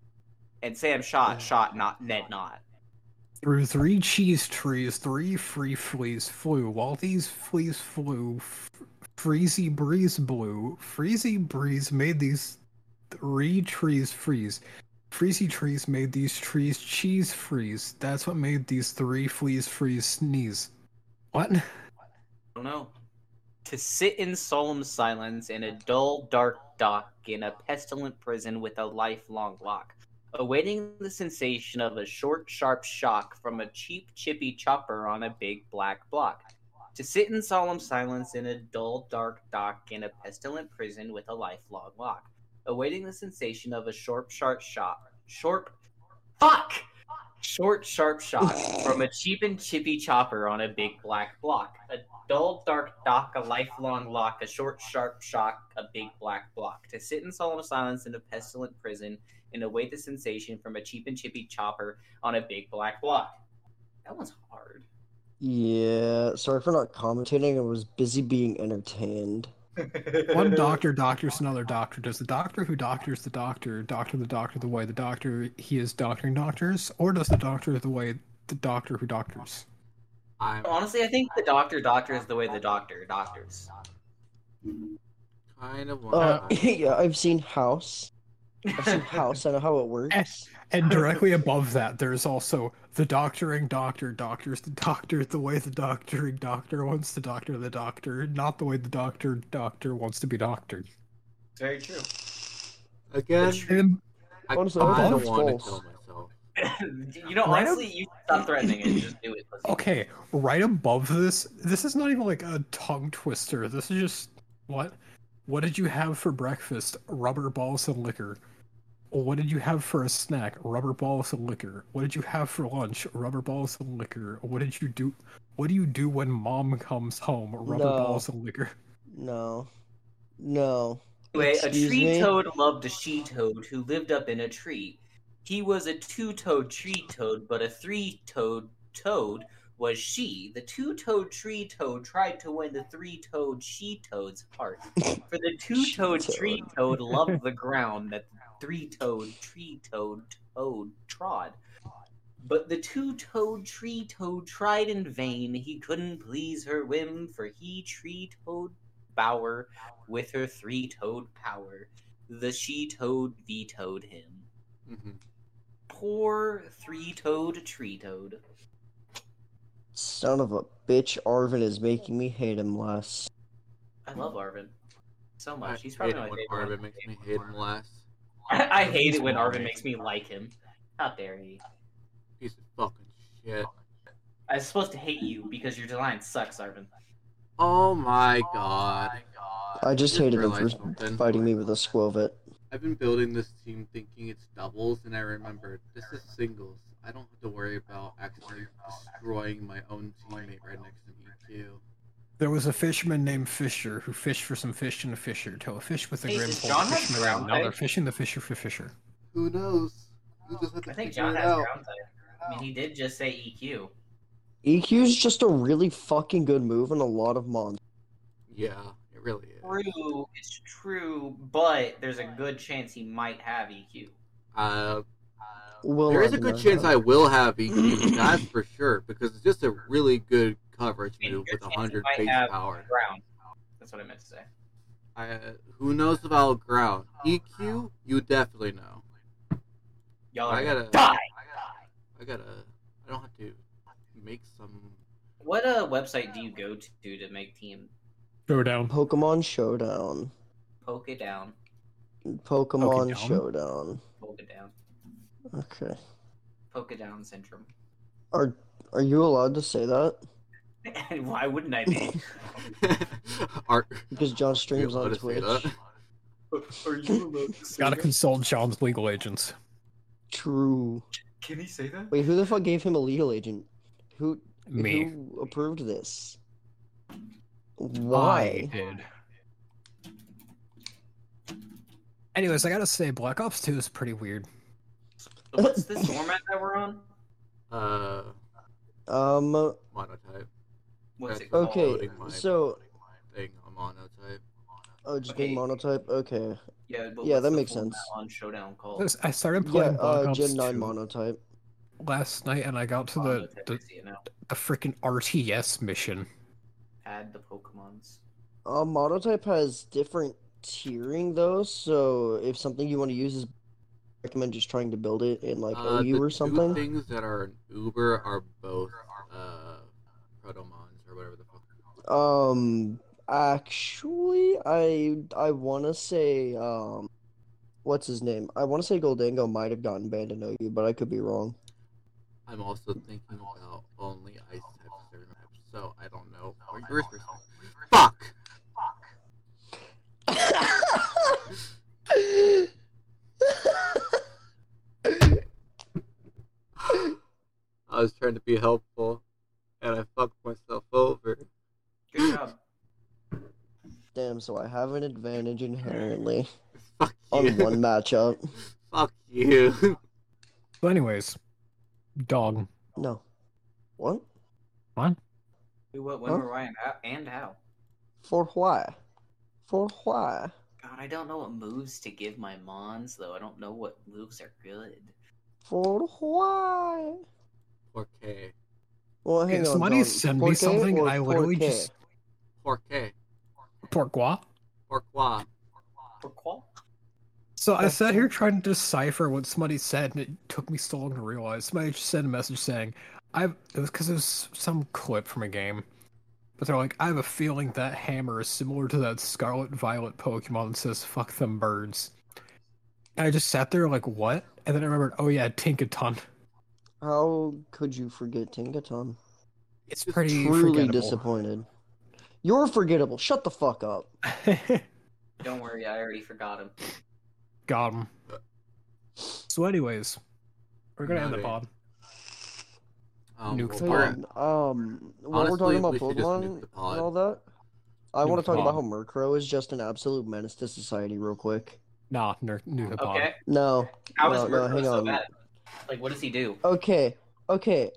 Speaker 3: and Sam Shot shot not Ned Knott.
Speaker 2: Through three cheese trees, three free fleas flew. While these fleas flew, f- freezy breeze blew. Freezy breeze made these three trees freeze. Freezy trees made these trees cheese freeze. That's what made these three fleas freeze sneeze. What?
Speaker 3: I don't know. To sit in solemn silence in a dull, dark dock in a pestilent prison with a lifelong lock, awaiting the sensation of a short, sharp shock from a cheap, chippy chopper on a big black block. To sit in solemn silence in a dull, dark dock in a pestilent prison with a lifelong lock, awaiting the sensation of a short, sharp shock. Short. Fuck! Short, sharp shock from a cheap and chippy chopper on a big black block. A dull, dark dock, a lifelong lock, a short, sharp shock, a big black block. To sit in solemn silence in a pestilent prison and await the sensation from a cheap and chippy chopper on a big black block. That one's hard.
Speaker 4: Yeah, sorry for not commentating. I was busy being entertained.
Speaker 2: One doctor doctors another doctor. Does the doctor who doctors the doctor doctor the doctor the way the doctor he is doctoring doctors, or does the doctor the way the doctor who doctors?
Speaker 1: I'm
Speaker 3: Honestly, I think the doctor doctor is the way the doctor doctors.
Speaker 1: kind of one.
Speaker 4: Uh, yeah, I've seen House. I've seen House. I know how it works.
Speaker 2: And directly above that, there's also the doctoring doctor doctors the doctor the way the doctoring doctor wants to doctor the doctor, not the way the doctor doctor wants to be doctored.
Speaker 3: Very true.
Speaker 1: Again,
Speaker 2: And
Speaker 1: I
Speaker 4: Honestly,
Speaker 2: I
Speaker 1: kind
Speaker 2: think
Speaker 1: of
Speaker 4: it's
Speaker 1: want to
Speaker 4: false.
Speaker 1: kill myself.
Speaker 3: you know,
Speaker 2: Right
Speaker 3: honestly, you stop threatening it. Just do it.
Speaker 2: okay, right above this, this is not even like a tongue twister. This is just what? What did you have for breakfast? Rubber balls and liquor. What did you have for a snack? Rubber balls and liquor. What did you have for lunch? Rubber balls and liquor. What did you do? What do you do when mom comes home? Rubber
Speaker 4: No.
Speaker 2: balls and liquor.
Speaker 4: No. No.
Speaker 3: Anyway, a
Speaker 4: Excuse
Speaker 3: tree
Speaker 4: me?
Speaker 3: toad loved a she toad who lived up in a tree. He was a two toed tree toad, but a three toed toad was she. The two toed tree toad tried to win the three toed she toad's heart. For the two toed
Speaker 4: She-toad.
Speaker 3: tree toad loved the ground that the three toed tree toad toad trod. But the two toed tree toad tried in vain. He couldn't please her whim, for he tree toad bower with her three toed power. The she toad vetoed him.
Speaker 1: Mhm.
Speaker 3: Poor three toed tree toad.
Speaker 4: Son of a bitch, Arvin is making me hate him less.
Speaker 3: I love Arvin so
Speaker 1: I
Speaker 3: much. He's
Speaker 1: hate
Speaker 3: probably
Speaker 1: him
Speaker 3: my
Speaker 1: when
Speaker 3: favorite.
Speaker 1: Arvin makes me hate him less.
Speaker 3: I, I hate it when Arvin makes me like him. How dare you?
Speaker 1: Piece of fucking shit.
Speaker 3: I was supposed to hate you because your design sucks, Arvin.
Speaker 1: Oh my god.
Speaker 4: I just hated him for
Speaker 1: realized something.
Speaker 4: fighting me with a squovit.
Speaker 1: I've been building this team thinking it's doubles, and I remembered this is singles. I don't have to worry about actually destroying my own teammate right next to EQ.
Speaker 2: There was a fisherman named Fisher who fished for some fish in a fisher till a fish with a
Speaker 3: Hey,
Speaker 2: grim
Speaker 3: does
Speaker 2: pole
Speaker 3: John have
Speaker 2: fished him around.
Speaker 3: brown
Speaker 2: Now they're
Speaker 3: eyes?
Speaker 2: fishing the fisher for fisher.
Speaker 1: Who knows? You just have to
Speaker 3: I think
Speaker 1: figure
Speaker 3: John
Speaker 1: it
Speaker 3: has
Speaker 1: out.
Speaker 3: ground type. I mean, he did just say E EQ.
Speaker 4: EQ E is just a really fucking good move in a lot of mons.
Speaker 1: Yeah, it really is.
Speaker 3: True, it's true, but there's a good chance he might have E EQ.
Speaker 1: Uh,
Speaker 4: Will
Speaker 1: there is
Speaker 4: I
Speaker 1: a good
Speaker 4: know?
Speaker 1: chance I will have EQ, that's for sure, because it's just a really good coverage move with 100 base power.
Speaker 3: Ground. That's what I meant to say.
Speaker 1: I, who knows about ground?
Speaker 3: Oh,
Speaker 1: EQ, you definitely know.
Speaker 3: Y'all are
Speaker 1: I gotta
Speaker 3: Oh, die.
Speaker 1: I gotta. I don't have to make some.
Speaker 3: What uh, website do you go to to make team
Speaker 2: Go down.
Speaker 4: Pokemon Showdown.
Speaker 3: poke it down,
Speaker 4: Pokemon
Speaker 2: Pokedown?
Speaker 4: Showdown.
Speaker 3: poke it down,
Speaker 4: Okay.
Speaker 3: poke it down syndrome?
Speaker 4: Are are you allowed to say that?
Speaker 3: Why wouldn't I be?
Speaker 1: Art.
Speaker 4: Because John Uh, streams
Speaker 1: Let
Speaker 4: on
Speaker 1: us say
Speaker 4: Twitch.
Speaker 1: that.
Speaker 3: are you allowed to say
Speaker 2: Gotta consult John's legal agents.
Speaker 4: True.
Speaker 3: Can he say that?
Speaker 4: Wait, who the fuck gave him a legal agent? Who
Speaker 2: Me.
Speaker 4: who approved this? Why?
Speaker 2: I did. Anyways, I gotta say, Black Ops 2 is pretty weird.
Speaker 3: What's this format that we're on?
Speaker 1: Uh,
Speaker 4: Um
Speaker 1: monotype.
Speaker 3: What's
Speaker 1: That's
Speaker 3: it called?
Speaker 4: Okay,
Speaker 1: loading my-
Speaker 4: so-
Speaker 1: thing on monotype.
Speaker 4: oh just being
Speaker 3: Okay.
Speaker 4: monotype? Okay.
Speaker 3: Yeah, but
Speaker 4: Yeah,
Speaker 3: what's
Speaker 4: that
Speaker 3: the
Speaker 4: makes
Speaker 3: format
Speaker 4: sense.
Speaker 3: On Showdown called.
Speaker 2: Listen, I started
Speaker 4: Yeah,
Speaker 2: playing Black
Speaker 4: uh
Speaker 2: Ops
Speaker 4: Gen 9
Speaker 2: 2
Speaker 4: monotype.
Speaker 2: last night, and I got to the
Speaker 3: Monotype,
Speaker 2: the,
Speaker 3: you know,
Speaker 2: the freaking RTS mission.
Speaker 3: add the Pokemon's.
Speaker 4: Uh monotype has different tiering though, so if something you want to use is recommend just trying to build it in like
Speaker 1: Uh,
Speaker 4: OU
Speaker 1: the
Speaker 4: or something.
Speaker 1: Two things that are an Uber are both uh, protomons or whatever the fuck. they're called.
Speaker 4: Um, actually, I I want to say um, what's his name? I want to say Goldango might have gotten banned in OU, but I could be wrong.
Speaker 1: I'm also thinking about only ice type server maps, so I don't know. Or yours or something. Fuck! I was trying to be helpful, and I fucked myself over.
Speaker 3: Good job.
Speaker 4: Damn, so I have an advantage inherently
Speaker 1: Fuck
Speaker 4: on
Speaker 1: you.
Speaker 4: one matchup.
Speaker 1: Fuck you.
Speaker 2: But anyways, dog.
Speaker 4: No. What?
Speaker 3: Who, what, when,
Speaker 4: Huh?
Speaker 3: where, why, and how- and how?
Speaker 4: For why? For why?
Speaker 3: God, I don't know what moves to give my mons though. I don't know what moves are good.
Speaker 4: For why?
Speaker 1: Por qué?
Speaker 4: Well,
Speaker 2: Hey,
Speaker 4: hang on,
Speaker 2: somebody
Speaker 4: John.
Speaker 2: send
Speaker 4: Por
Speaker 2: me
Speaker 4: qué
Speaker 2: something.
Speaker 4: or
Speaker 2: I
Speaker 4: por
Speaker 2: literally
Speaker 4: qué?
Speaker 2: just
Speaker 1: Por qué?
Speaker 2: pourquoi.
Speaker 1: Por quoi?
Speaker 3: For qual?
Speaker 2: So I sat here trying to decipher what somebody said, and it took me so long to realize. Somebody just sent a message saying, "I've." It was because it was some clip from a game, but they're like, "I have a feeling that hammer is similar to that Scarlet Violet Pokemon that says fuck them birds." And I just sat there like, "What?" And then I remembered, "Oh yeah, Tinkaton."
Speaker 4: How could you forget Tinkaton?
Speaker 2: It's pretty
Speaker 4: Truly
Speaker 2: forgettable.
Speaker 4: disappointed. You're forgettable. Shut the fuck up.
Speaker 3: Don't worry, I already forgot him.
Speaker 2: Got him. So, anyways, we're gonna end the
Speaker 1: Alright.
Speaker 2: pod.
Speaker 1: Um,
Speaker 2: Nuke
Speaker 1: well, we're-
Speaker 4: Fun. Um, while
Speaker 1: Honestly,
Speaker 4: we're talking about
Speaker 1: we should just
Speaker 4: Pokemon
Speaker 1: nuke the
Speaker 4: and
Speaker 1: pod.
Speaker 4: all that, I
Speaker 2: Nuke the
Speaker 4: want to talk about how
Speaker 2: pod.
Speaker 4: Murkrow is just an absolute menace to society, real quick.
Speaker 2: Nah, ner- new to the pod.
Speaker 3: Okay.
Speaker 4: No,
Speaker 3: How is
Speaker 4: No, no,
Speaker 3: Murkrow
Speaker 4: hang
Speaker 3: so
Speaker 4: on. Oh,
Speaker 3: bad? Like, what does he do?
Speaker 4: okay, okay,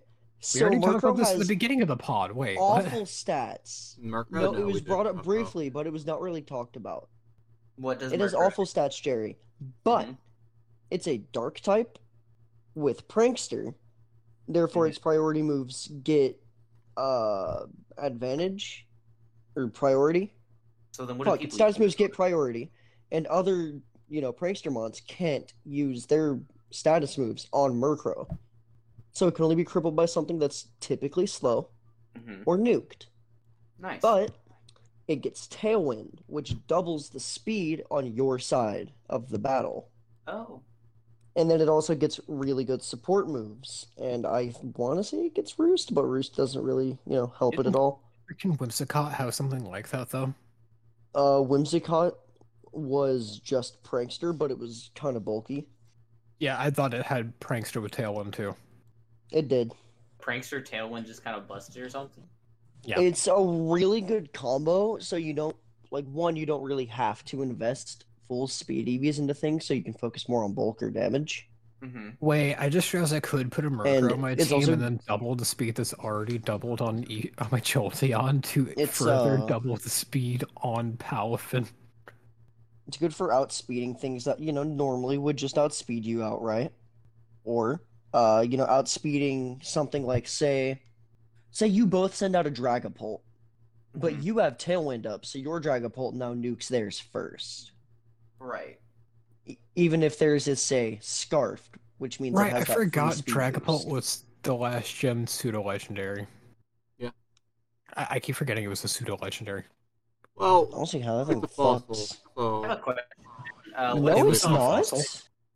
Speaker 2: We
Speaker 4: So
Speaker 2: already talked about
Speaker 4: Murkrow
Speaker 2: this at the
Speaker 4: has
Speaker 2: beginning of the pod. Wait, what?
Speaker 4: awful stats.
Speaker 1: Murkrow?
Speaker 4: No,
Speaker 1: we
Speaker 4: it was
Speaker 1: didn't
Speaker 4: brought
Speaker 1: talk
Speaker 4: up
Speaker 1: about-
Speaker 4: briefly, but it was not really talked about.
Speaker 3: What does
Speaker 4: It has
Speaker 3: Murkrow
Speaker 4: awful stats, Jerry, but
Speaker 3: Mhm.
Speaker 4: it's a dark type with Prankster. Therefore, its priority moves get uh advantage or priority.
Speaker 3: So then, what do
Speaker 4: Fuck, its
Speaker 3: people?
Speaker 4: status moves get priority, and other you know prankster mons can't use their status moves on Murkrow, so it can only be crippled by something that's typically slow
Speaker 3: Mhm.
Speaker 4: or nuked.
Speaker 3: Nice.
Speaker 4: But it gets Tailwind, which doubles the speed on your side of the battle.
Speaker 3: oh,
Speaker 4: And then it also gets really good support moves. And I want to say it gets Roost, but Roost doesn't really, you know, help it at all.
Speaker 2: Freaking Whimsicott have something like that though.
Speaker 4: Uh, Whimsicott was just Prankster, but it was kind of bulky.
Speaker 2: Yeah, I thought it had prankster with tailwind too.
Speaker 4: It did.
Speaker 3: prankster tailwind just kind of busted or something.
Speaker 2: Yeah.
Speaker 4: It's a really good combo, so you don't, like, one, you don't really have to invest full speed EVs into things, so you can focus more on bulk or damage.
Speaker 3: Mm-hmm.
Speaker 2: Wait, I just realized I could put a Murkrow
Speaker 4: And
Speaker 2: on my
Speaker 4: it's
Speaker 2: team
Speaker 4: also-
Speaker 2: and then double the speed that's already doubled on e- on my Jolteon to
Speaker 4: It's,
Speaker 2: further
Speaker 4: uh,
Speaker 2: double the speed on Palafin.
Speaker 4: It's good for outspeeding things that, you know, normally would just outspeed you outright. Or, uh, you know, outspeeding something like, say, say you both send out a Dragapult, but
Speaker 3: Mhm.
Speaker 4: you have Tailwind up, so your Dragapult now nukes theirs first.
Speaker 3: Right.
Speaker 4: E- even if theirs is, say, Scarfed, which means it
Speaker 2: Right,
Speaker 4: has
Speaker 2: I
Speaker 4: that free
Speaker 2: forgot
Speaker 4: speed
Speaker 2: Dragapult
Speaker 4: boost.
Speaker 2: was the last gen pseudo legendary.
Speaker 1: Yeah.
Speaker 2: I-, I keep forgetting it was a pseudo legendary.
Speaker 4: I
Speaker 1: Well,
Speaker 4: don't see how that
Speaker 1: it's
Speaker 4: thing
Speaker 1: a fossil.
Speaker 4: fucks.
Speaker 3: I have
Speaker 1: So,
Speaker 3: a question. Uh,
Speaker 2: No,
Speaker 3: what's
Speaker 4: No,
Speaker 2: it
Speaker 4: it's
Speaker 2: was not a
Speaker 4: not.
Speaker 2: fossil.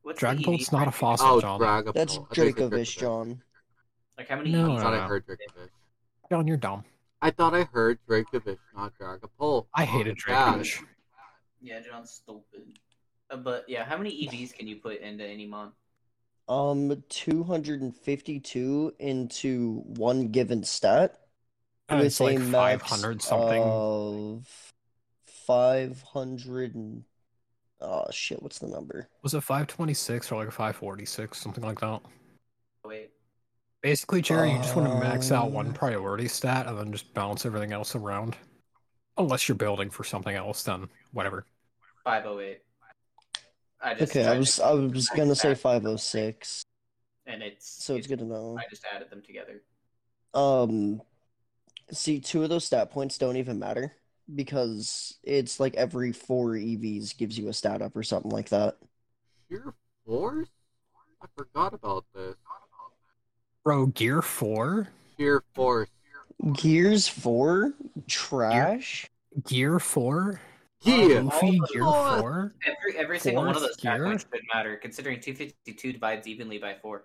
Speaker 3: what's the E
Speaker 2: Dragapult's
Speaker 3: EV
Speaker 2: not a
Speaker 3: rank?
Speaker 2: fossil,
Speaker 1: oh,
Speaker 2: John.
Speaker 1: Dragapult.
Speaker 4: That's
Speaker 1: I think I said
Speaker 4: Dracovish, John.
Speaker 3: Like how many? E
Speaker 2: No,
Speaker 1: I
Speaker 3: EVs?
Speaker 1: thought
Speaker 2: no.
Speaker 1: I heard Dracovish.
Speaker 2: John, you're dumb.
Speaker 1: I thought I heard Dracovish, not Oh Dragapult.
Speaker 2: I hated
Speaker 1: Yeah.
Speaker 2: Dracovish.
Speaker 3: Yeah, John's stupid. Uh, but yeah, how many EVs can you put into any mon?
Speaker 4: Um, 252 into one given stat.
Speaker 2: And
Speaker 4: with
Speaker 2: it's like
Speaker 4: a max
Speaker 2: 500 something.
Speaker 4: uh, of 500 and oh shit what's the number
Speaker 2: Was it 526 or like 546, something like that?
Speaker 3: Wait.
Speaker 2: Basically, Jerry, you just want to max out one
Speaker 4: Um,
Speaker 2: priority stat and then just bounce everything else around. Unless you're building for something else, then whatever.
Speaker 3: 508. I just
Speaker 4: okay i
Speaker 3: tried
Speaker 4: was
Speaker 3: to-
Speaker 4: i was gonna say
Speaker 3: add-
Speaker 4: 506
Speaker 3: and it's
Speaker 4: so it's good to know
Speaker 3: I just added them together.
Speaker 4: um see two of those stat points don't even matter because it's like every four evs gives you a stat up or something like that
Speaker 1: Sheer Force? I forgot about this.
Speaker 2: Bro, Gear 4?
Speaker 1: Sheer Force.
Speaker 4: gears 4 trash
Speaker 2: Gear 4?
Speaker 1: Yeah!
Speaker 2: Um, Goofy
Speaker 3: Oh,
Speaker 2: Gear
Speaker 1: oh.
Speaker 2: 4?
Speaker 3: Every every single one of
Speaker 2: Fourth
Speaker 3: those stat
Speaker 2: gear?
Speaker 3: points should matter, considering 252 divides evenly by four,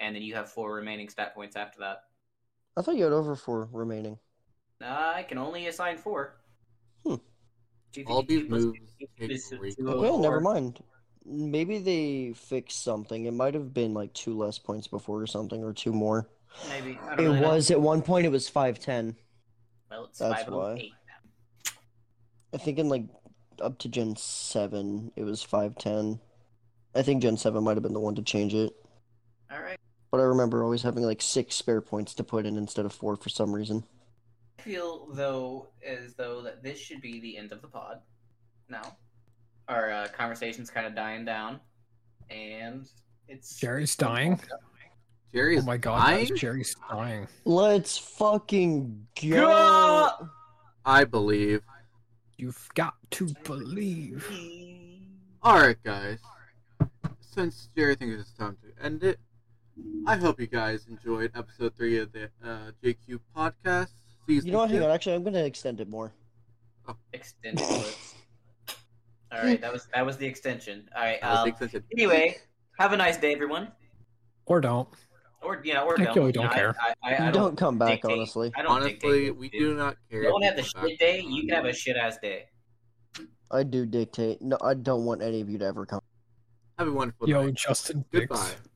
Speaker 3: and then you have four remaining stat points after that.
Speaker 4: i thought you had over four remaining
Speaker 3: Uh, I can only assign four.
Speaker 4: Hmm.
Speaker 1: All these
Speaker 3: 252 plus
Speaker 1: moves
Speaker 3: 252 is
Speaker 1: take reach.
Speaker 3: 204.
Speaker 4: well never mind maybe they fixed something it might have been like two less points before or something or two more
Speaker 3: Maybe I
Speaker 4: It
Speaker 3: don't really know.
Speaker 4: was at one point. It was five ten.
Speaker 3: Well, it's
Speaker 4: that's
Speaker 3: 508.
Speaker 4: I think in like up to Gen seven, it was five ten. I think Gen seven might have been the one to change it,
Speaker 3: All right.
Speaker 4: but I remember always having like six spare points to put in instead of four for some reason.
Speaker 3: I feel though as though that this should be the end of the pod. Now, our uh, conversation's kind of dying down, and it's
Speaker 2: Jerry's dying.
Speaker 1: Jerry
Speaker 2: Oh
Speaker 1: is
Speaker 2: my god, guys,
Speaker 1: dying?
Speaker 2: Jerry's dying.
Speaker 4: Let's fucking go.
Speaker 3: Go!
Speaker 1: I believe.
Speaker 2: You've got to believe.
Speaker 1: Alright, guys. Since Jerry thinks it's time to end it, I hope you guys enjoyed episode 3 of the uh, JQ podcast. Season
Speaker 4: You know what?
Speaker 1: two.
Speaker 4: Hang on. Actually, I'm gonna extend it more.
Speaker 3: Extend bullets. All right, that was that was the extension. All right.
Speaker 1: That was the
Speaker 3: Um,
Speaker 1: extension.
Speaker 3: anyway, have a nice day, everyone.
Speaker 2: Or don't.
Speaker 3: Or you know, or
Speaker 2: I
Speaker 3: don't.
Speaker 2: really
Speaker 3: You
Speaker 2: don't
Speaker 3: know, I-
Speaker 2: care.
Speaker 3: I, I, I
Speaker 4: You
Speaker 3: don't,
Speaker 4: don't come back,
Speaker 3: dictate.
Speaker 4: honestly.
Speaker 3: I don't
Speaker 1: Honestly,
Speaker 3: dictate.
Speaker 1: we do not care.
Speaker 3: You don't
Speaker 1: if
Speaker 3: have the
Speaker 1: you come
Speaker 3: shit
Speaker 1: back.
Speaker 3: day. You can have a shit ass day.
Speaker 4: I do dictate. No, I don't want any of you to ever come.
Speaker 2: Have a wonderful
Speaker 1: Yo,
Speaker 2: day.
Speaker 1: Justin Bix.
Speaker 2: Goodbye.